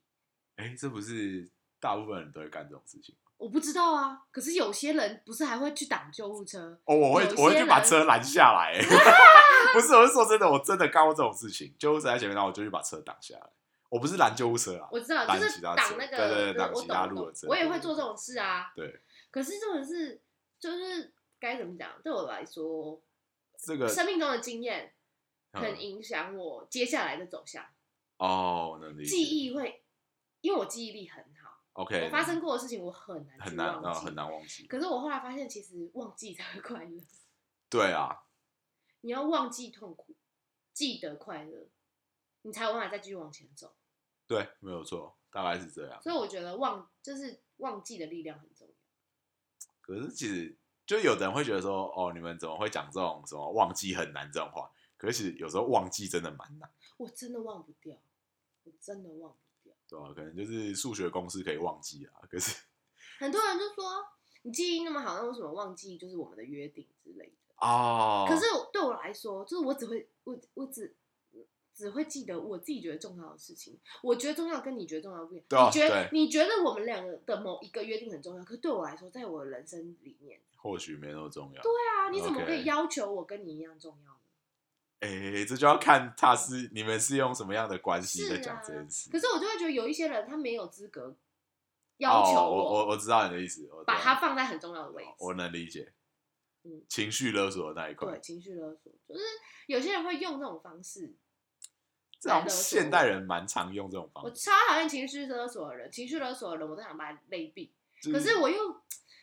[SPEAKER 2] 哎，这不是大部分人都会干这种事情吗
[SPEAKER 1] 我不知道啊，可是有些人不是还会去挡救护车？
[SPEAKER 2] 哦，我会
[SPEAKER 1] 有
[SPEAKER 2] 我会
[SPEAKER 1] 些
[SPEAKER 2] 去把
[SPEAKER 1] 人
[SPEAKER 2] 车拦下来。 (laughs) 哎不是，我是说真的，我真的干过这种事情。救护车在前面，然后我就去把车挡下来。我不是拦救护车啊，
[SPEAKER 1] 我知道，
[SPEAKER 2] 挡
[SPEAKER 1] 就是
[SPEAKER 2] 其他
[SPEAKER 1] 挡
[SPEAKER 2] 车
[SPEAKER 1] 那个，
[SPEAKER 2] 对
[SPEAKER 1] 我
[SPEAKER 2] 对对挡
[SPEAKER 1] 我
[SPEAKER 2] 其
[SPEAKER 1] 懂
[SPEAKER 2] 他
[SPEAKER 1] 我
[SPEAKER 2] 路
[SPEAKER 1] 懂
[SPEAKER 2] 的车
[SPEAKER 1] 我也
[SPEAKER 2] 对
[SPEAKER 1] 会
[SPEAKER 2] 对
[SPEAKER 1] 做这
[SPEAKER 2] 对
[SPEAKER 1] 种事啊。
[SPEAKER 2] 对，
[SPEAKER 1] 可是这种是，就是该怎么讲？对我来说，
[SPEAKER 2] 这个
[SPEAKER 1] 生命中的经验很
[SPEAKER 2] 嗯
[SPEAKER 1] 影响我接下来的走向，
[SPEAKER 2] 哦，能理解。
[SPEAKER 1] 记忆会，因为我记忆力很好，
[SPEAKER 2] OK，
[SPEAKER 1] 我发生过的事情我很难
[SPEAKER 2] 很
[SPEAKER 1] 去
[SPEAKER 2] 难
[SPEAKER 1] 忘
[SPEAKER 2] 啊，
[SPEAKER 1] 记，
[SPEAKER 2] 很。难忘记。
[SPEAKER 1] 可是我后来发现，其实忘记才会快乐。
[SPEAKER 2] 对啊，
[SPEAKER 1] 你要忘记痛苦，记得快乐，你才有办法再继续往前走。
[SPEAKER 2] 对，没有错，大概是这样。
[SPEAKER 1] 所以我觉得忘就是忘记的力量很重要。
[SPEAKER 2] 可是其实就有的人会觉得说，哦，你们怎么会讲这种什么忘记很难这种话？可是其实有时候忘记真的蛮难，
[SPEAKER 1] 我真的忘不掉，我真的忘不掉。
[SPEAKER 2] 对吧、可能就是数学公式可以忘记啊，可是 (laughs)
[SPEAKER 1] 很多人就说你记忆那么好，那为什么忘记就是我们的约定之类的？
[SPEAKER 2] 哦，
[SPEAKER 1] 可是对我来说，就是我只会我我只只会记得我自己觉得重要的事情。我觉得重要跟你觉得重要不一样。
[SPEAKER 2] 对啊
[SPEAKER 1] 你觉得
[SPEAKER 2] 对
[SPEAKER 1] 你觉得我们两个的某一个约定很重要，可是对我来说，在我的人生里面，
[SPEAKER 2] 或许没那么重要。
[SPEAKER 1] 对啊，你怎么可
[SPEAKER 2] OK
[SPEAKER 1] 以要求我跟你一样重要呢？
[SPEAKER 2] 哎，这就要看他是你们是用什么样的关系
[SPEAKER 1] 是
[SPEAKER 2] 在
[SPEAKER 1] 啊，
[SPEAKER 2] 讲这件事。
[SPEAKER 1] 可是我就会觉得有一些人他没有资格要求
[SPEAKER 2] 哦、我我我知道你的意思，我知道
[SPEAKER 1] 把它放在很重要的位置。
[SPEAKER 2] 哦我能理解，
[SPEAKER 1] 嗯
[SPEAKER 2] 情绪勒索的那一块，
[SPEAKER 1] 对，情绪勒索，就是有些人会用这种方式。
[SPEAKER 2] 这好像
[SPEAKER 1] 勒索
[SPEAKER 2] 现代人蛮常用这种方
[SPEAKER 1] 我
[SPEAKER 2] 式。
[SPEAKER 1] 超讨厌情绪勒索的人，情绪勒索的人我都想把他勒毙，
[SPEAKER 2] 就
[SPEAKER 1] 可是我又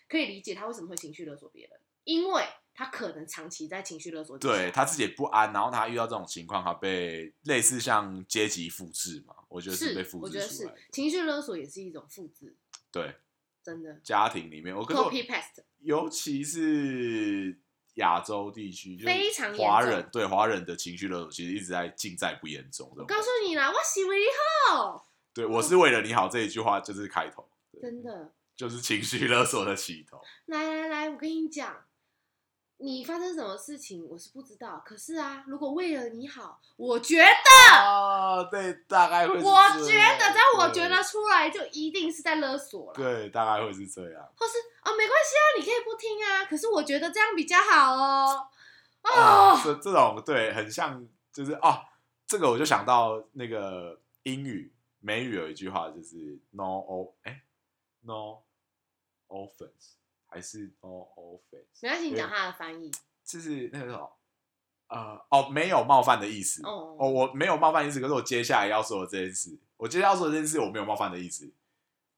[SPEAKER 1] 可以理解他为什么会情绪勒索别人，因为他可能长期在情绪勒索底下。
[SPEAKER 2] 对他自己也不安，然后他遇到这种情况，他被类似像阶级复制嘛，我觉得
[SPEAKER 1] 是
[SPEAKER 2] 被复
[SPEAKER 1] 我
[SPEAKER 2] 制
[SPEAKER 1] 觉得
[SPEAKER 2] 出
[SPEAKER 1] 是
[SPEAKER 2] 来的。
[SPEAKER 1] 情绪勒索也是一种复制，
[SPEAKER 2] 对，
[SPEAKER 1] 真的。
[SPEAKER 2] 家庭里面，我哦可是我
[SPEAKER 1] Copy paste，
[SPEAKER 2] 尤其是亚洲地区，就是
[SPEAKER 1] 非常严
[SPEAKER 2] 华
[SPEAKER 1] 重
[SPEAKER 2] 人对华人的情绪勒索，其实一直在尽在不言中。
[SPEAKER 1] 我
[SPEAKER 2] 我
[SPEAKER 1] 告诉你啦，我喜为你好，
[SPEAKER 2] 对我是为了你好这一句话就是开头，对
[SPEAKER 1] 真的。
[SPEAKER 2] 就是情绪勒索的起头。
[SPEAKER 1] 来来来，我跟你讲，你发生什么事情我是不知道，可是啊，如果为了你好，我觉得。
[SPEAKER 2] 哦，对，大概会是
[SPEAKER 1] 我
[SPEAKER 2] 这
[SPEAKER 1] 觉
[SPEAKER 2] 样
[SPEAKER 1] 得，但我
[SPEAKER 2] 对
[SPEAKER 1] 觉得出来就一定是在勒索了。
[SPEAKER 2] 对，大概会是这样。
[SPEAKER 1] 或是啊、没关系啊，你可以不听啊，可是我觉得这样比较好哦。
[SPEAKER 2] 啊，
[SPEAKER 1] 哦，
[SPEAKER 2] 这这种对，很像就是哦，这个我就想到那个英语美语有一句话就是 no o 哎 no offense 还是 no offense，
[SPEAKER 1] 没关系，你讲他的翻译。
[SPEAKER 2] 就是那个什么呃哦没有冒犯的意思哦
[SPEAKER 1] 哦，
[SPEAKER 2] 我没有冒犯意思，可是我接下来要说的这件事，我接下来要说的这件事我没有冒犯的意思，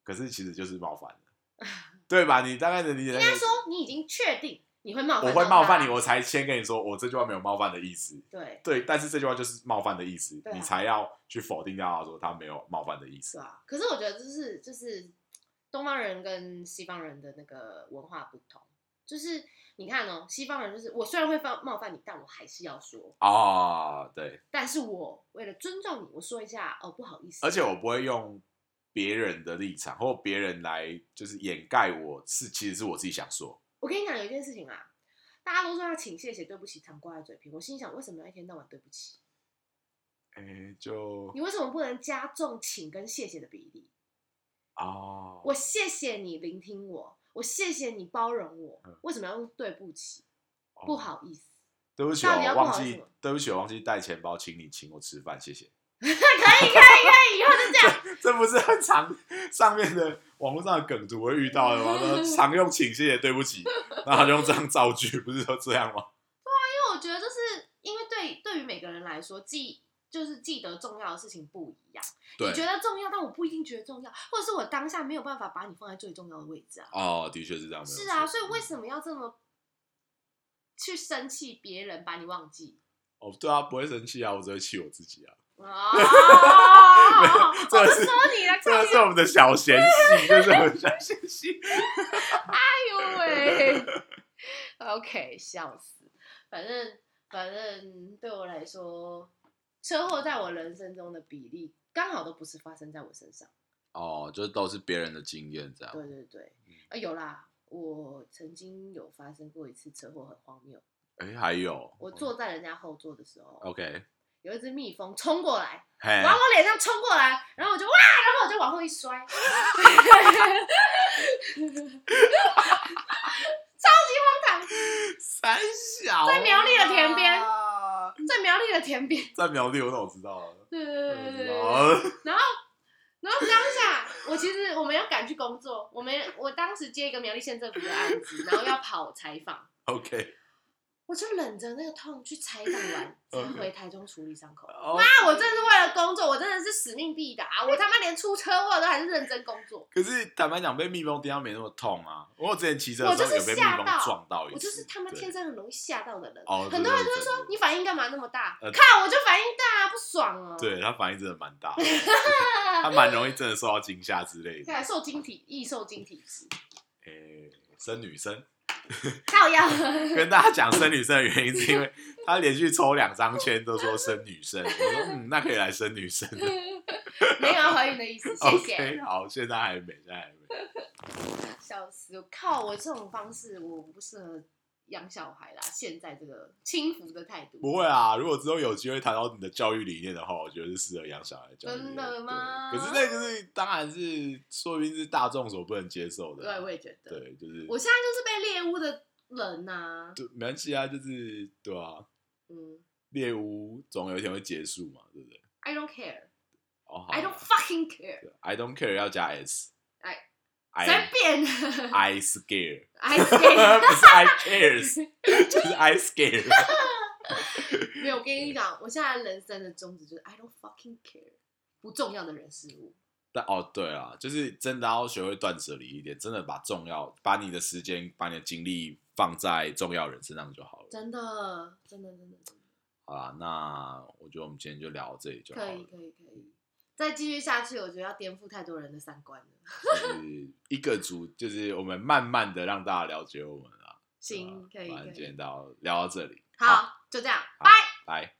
[SPEAKER 2] 可是其实就是冒犯
[SPEAKER 1] (laughs)
[SPEAKER 2] 了对吧？你大概能理解那
[SPEAKER 1] 应
[SPEAKER 2] 个。
[SPEAKER 1] 该说你已经确定你会冒犯，
[SPEAKER 2] 我会冒犯你，。我才先跟你说，我这句话没有冒犯的意思。
[SPEAKER 1] 对，
[SPEAKER 2] 对，但是这句话就是冒犯的意思，
[SPEAKER 1] 对啊
[SPEAKER 2] 你才要去否定掉他说他没有冒犯的意
[SPEAKER 1] 是
[SPEAKER 2] 思。
[SPEAKER 1] 啊。可是我觉得就是就是东方人跟西方人的那个文化不同，就是你看哦，西方人就是我虽然会冒冒犯你，但我还是要说，
[SPEAKER 2] 啊，对，
[SPEAKER 1] 但是我为了尊重你，我说一下哦，不好意思。
[SPEAKER 2] 而且我不会用别人的立场或别人来就是掩盖我是其实是我自己想说。
[SPEAKER 1] 我跟你讲有一件事情啊，大家都说要请谢谢对不起，糖挂在嘴边。我心想，为什么要一天到晚对不起？
[SPEAKER 2] 哎、就
[SPEAKER 1] 你为什么不能加重请跟谢谢的比例？
[SPEAKER 2] 哦，
[SPEAKER 1] 我谢谢你聆听我，我谢谢你包容我
[SPEAKER 2] 嗯，
[SPEAKER 1] 为什么要用对不起？
[SPEAKER 2] 哦
[SPEAKER 1] 不，好意思，
[SPEAKER 2] 对不起，
[SPEAKER 1] 到底
[SPEAKER 2] 我
[SPEAKER 1] 要不
[SPEAKER 2] 忘
[SPEAKER 1] 好意
[SPEAKER 2] 记
[SPEAKER 1] 思吗，
[SPEAKER 2] 对不起，我忘记带钱包，请你请我吃饭，谢谢。 (laughs)
[SPEAKER 1] 可以可以可以，以后就这样。
[SPEAKER 2] 这不是很常上面的网络上的梗图会遇到的吗？说
[SPEAKER 1] (laughs)
[SPEAKER 2] 常用请谢谢对不起，然后就用这样造句，不是都这样吗？
[SPEAKER 1] 因为我觉得就是因为对对于每个人来说，记就是记得重要的事情不一样，
[SPEAKER 2] 对
[SPEAKER 1] 你觉得重要，但我不一定觉得重要，或者是我当下没有办法把你放在最重要的位置啊。
[SPEAKER 2] 哦，的确是这样。没有
[SPEAKER 1] 是啊，
[SPEAKER 2] 错嗯
[SPEAKER 1] 所以为什么要这么去生气别人把你忘记？
[SPEAKER 2] 哦，对啊，不会生气啊，我只会气我自己啊。 (laughs)
[SPEAKER 1] 啊！哦我
[SPEAKER 2] 没有这
[SPEAKER 1] 不
[SPEAKER 2] 个是
[SPEAKER 1] 说你了，
[SPEAKER 2] 这
[SPEAKER 1] 靠
[SPEAKER 2] 个是我们的小嫌隙，这是我们
[SPEAKER 1] (laughs)
[SPEAKER 2] 的小嫌隙。
[SPEAKER 1] 哎呦喂哎
[SPEAKER 2] (laughs)
[SPEAKER 1] ！OK，笑死。反正反正对我来说，车祸在我人生中的比例刚好都不是发生在我身上。
[SPEAKER 2] 哦，就都是别人的经验这样
[SPEAKER 1] 对对对
[SPEAKER 2] 嗯，
[SPEAKER 1] 啊有啦，我曾经有发生过一次车祸，很荒谬。
[SPEAKER 2] 哎、还有
[SPEAKER 1] 我坐在人家后座的时候，
[SPEAKER 2] OK，
[SPEAKER 1] 有一只蜜蜂冲过来，
[SPEAKER 2] 嘿
[SPEAKER 1] 往我脸上冲过来，然后我就哇，然后我就往后一摔，超级荒唐，
[SPEAKER 2] 三小啊
[SPEAKER 1] 在苗栗的田边，在苗栗的田边，
[SPEAKER 2] 在苗栗，我怎么知道啊了？
[SPEAKER 1] 对对对对对。
[SPEAKER 2] 哦
[SPEAKER 1] 然后，然后当下我其实我们要赶去工作，我们我当时接一个苗栗县政府的案子，然后要跑采访，
[SPEAKER 2] (laughs) ，OK，
[SPEAKER 1] 我就忍着那个痛去采访完，才回台中处理伤口。
[SPEAKER 2] 哦
[SPEAKER 1] 哇，我真的是为了工作，我真的是使命必达，我他妈连出车祸都还是认真工作。
[SPEAKER 2] 可是坦白讲，被蜜蜂叮到没那么痛啊。我有之前骑车的
[SPEAKER 1] 我
[SPEAKER 2] 时
[SPEAKER 1] 就
[SPEAKER 2] 候
[SPEAKER 1] 是
[SPEAKER 2] 有被蜜
[SPEAKER 1] 吓
[SPEAKER 2] 蜂
[SPEAKER 1] 到
[SPEAKER 2] 撞到一次，
[SPEAKER 1] 我就是他们
[SPEAKER 2] 对
[SPEAKER 1] 天生很容易吓到的人。
[SPEAKER 2] 哦
[SPEAKER 1] 很多人
[SPEAKER 2] 对
[SPEAKER 1] 就
[SPEAKER 2] 对
[SPEAKER 1] 会说
[SPEAKER 2] 对
[SPEAKER 1] 你反应干嘛那么大？
[SPEAKER 2] 呃
[SPEAKER 1] 看我就反应大啊，不爽哦。
[SPEAKER 2] 对他反应真的蛮
[SPEAKER 1] (laughs)
[SPEAKER 2] 大的，他蛮容易真的受到惊吓之类的。
[SPEAKER 1] 对，受精体易受精体质，
[SPEAKER 2] 诶、生女生，
[SPEAKER 1] 靠药。
[SPEAKER 2] 跟大家讲生女生的原因是因为他连续抽两张签都说生女生，我说嗯，那可以来生女生了。
[SPEAKER 1] (laughs) 没有要怀孕的意思， (laughs) 谢谢。
[SPEAKER 2] OK，好，现在还没，现在还没。
[SPEAKER 1] 笑死！靠我这种方式，我不适合养小孩啦。现在这个轻浮的态度，
[SPEAKER 2] 不会啊，如果之后有机会谈到你的教育理念的话，我觉得是适合养小孩的教育理
[SPEAKER 1] 真
[SPEAKER 2] 念。
[SPEAKER 1] 的吗
[SPEAKER 2] 对可是那就是当然是说不定是大众所不能接受的啊。
[SPEAKER 1] 对，我也觉得。
[SPEAKER 2] 对，就是
[SPEAKER 1] 我现在就是被猎物的人呐、
[SPEAKER 2] 对，没关系啊，就是对啊，
[SPEAKER 1] 嗯
[SPEAKER 2] 猎巫总有一天会结束嘛，对不对？
[SPEAKER 1] ，I don't care，I
[SPEAKER 2] 哦，好
[SPEAKER 1] don't fucking care，
[SPEAKER 2] 对 I don't care 要加 s，
[SPEAKER 1] 哎
[SPEAKER 2] I
[SPEAKER 1] 随
[SPEAKER 2] am-
[SPEAKER 1] 便 (laughs)
[SPEAKER 2] I scare，
[SPEAKER 1] ，I
[SPEAKER 2] (laughs) 不
[SPEAKER 1] care。 (laughs)
[SPEAKER 2] 是 I cares，就是 I scare。
[SPEAKER 1] (laughs) 没有，我跟你讲，我现在人生的宗旨就是 I don't fucking care，不重要的人事物。
[SPEAKER 2] 但哦，对啊，就是真的要学会断舍离一点，真的把重要，把你的时间，把你的精力放在重要人身上就好了。
[SPEAKER 1] 真的，真的，真的，真的，
[SPEAKER 2] 好啦，那我觉得我们今天就聊到这里就好
[SPEAKER 1] 可以，
[SPEAKER 2] 了。
[SPEAKER 1] 可以，可以。再继续下去，我觉得要颠覆太多人的三观了。
[SPEAKER 2] (laughs) 就是一个组，就是我们慢慢的让大家了解我们啊。
[SPEAKER 1] 行，可以，
[SPEAKER 2] 好吧
[SPEAKER 1] 可
[SPEAKER 2] 今天
[SPEAKER 1] 以。
[SPEAKER 2] 到聊到这里，
[SPEAKER 1] 好，就这样，拜。
[SPEAKER 2] 拜。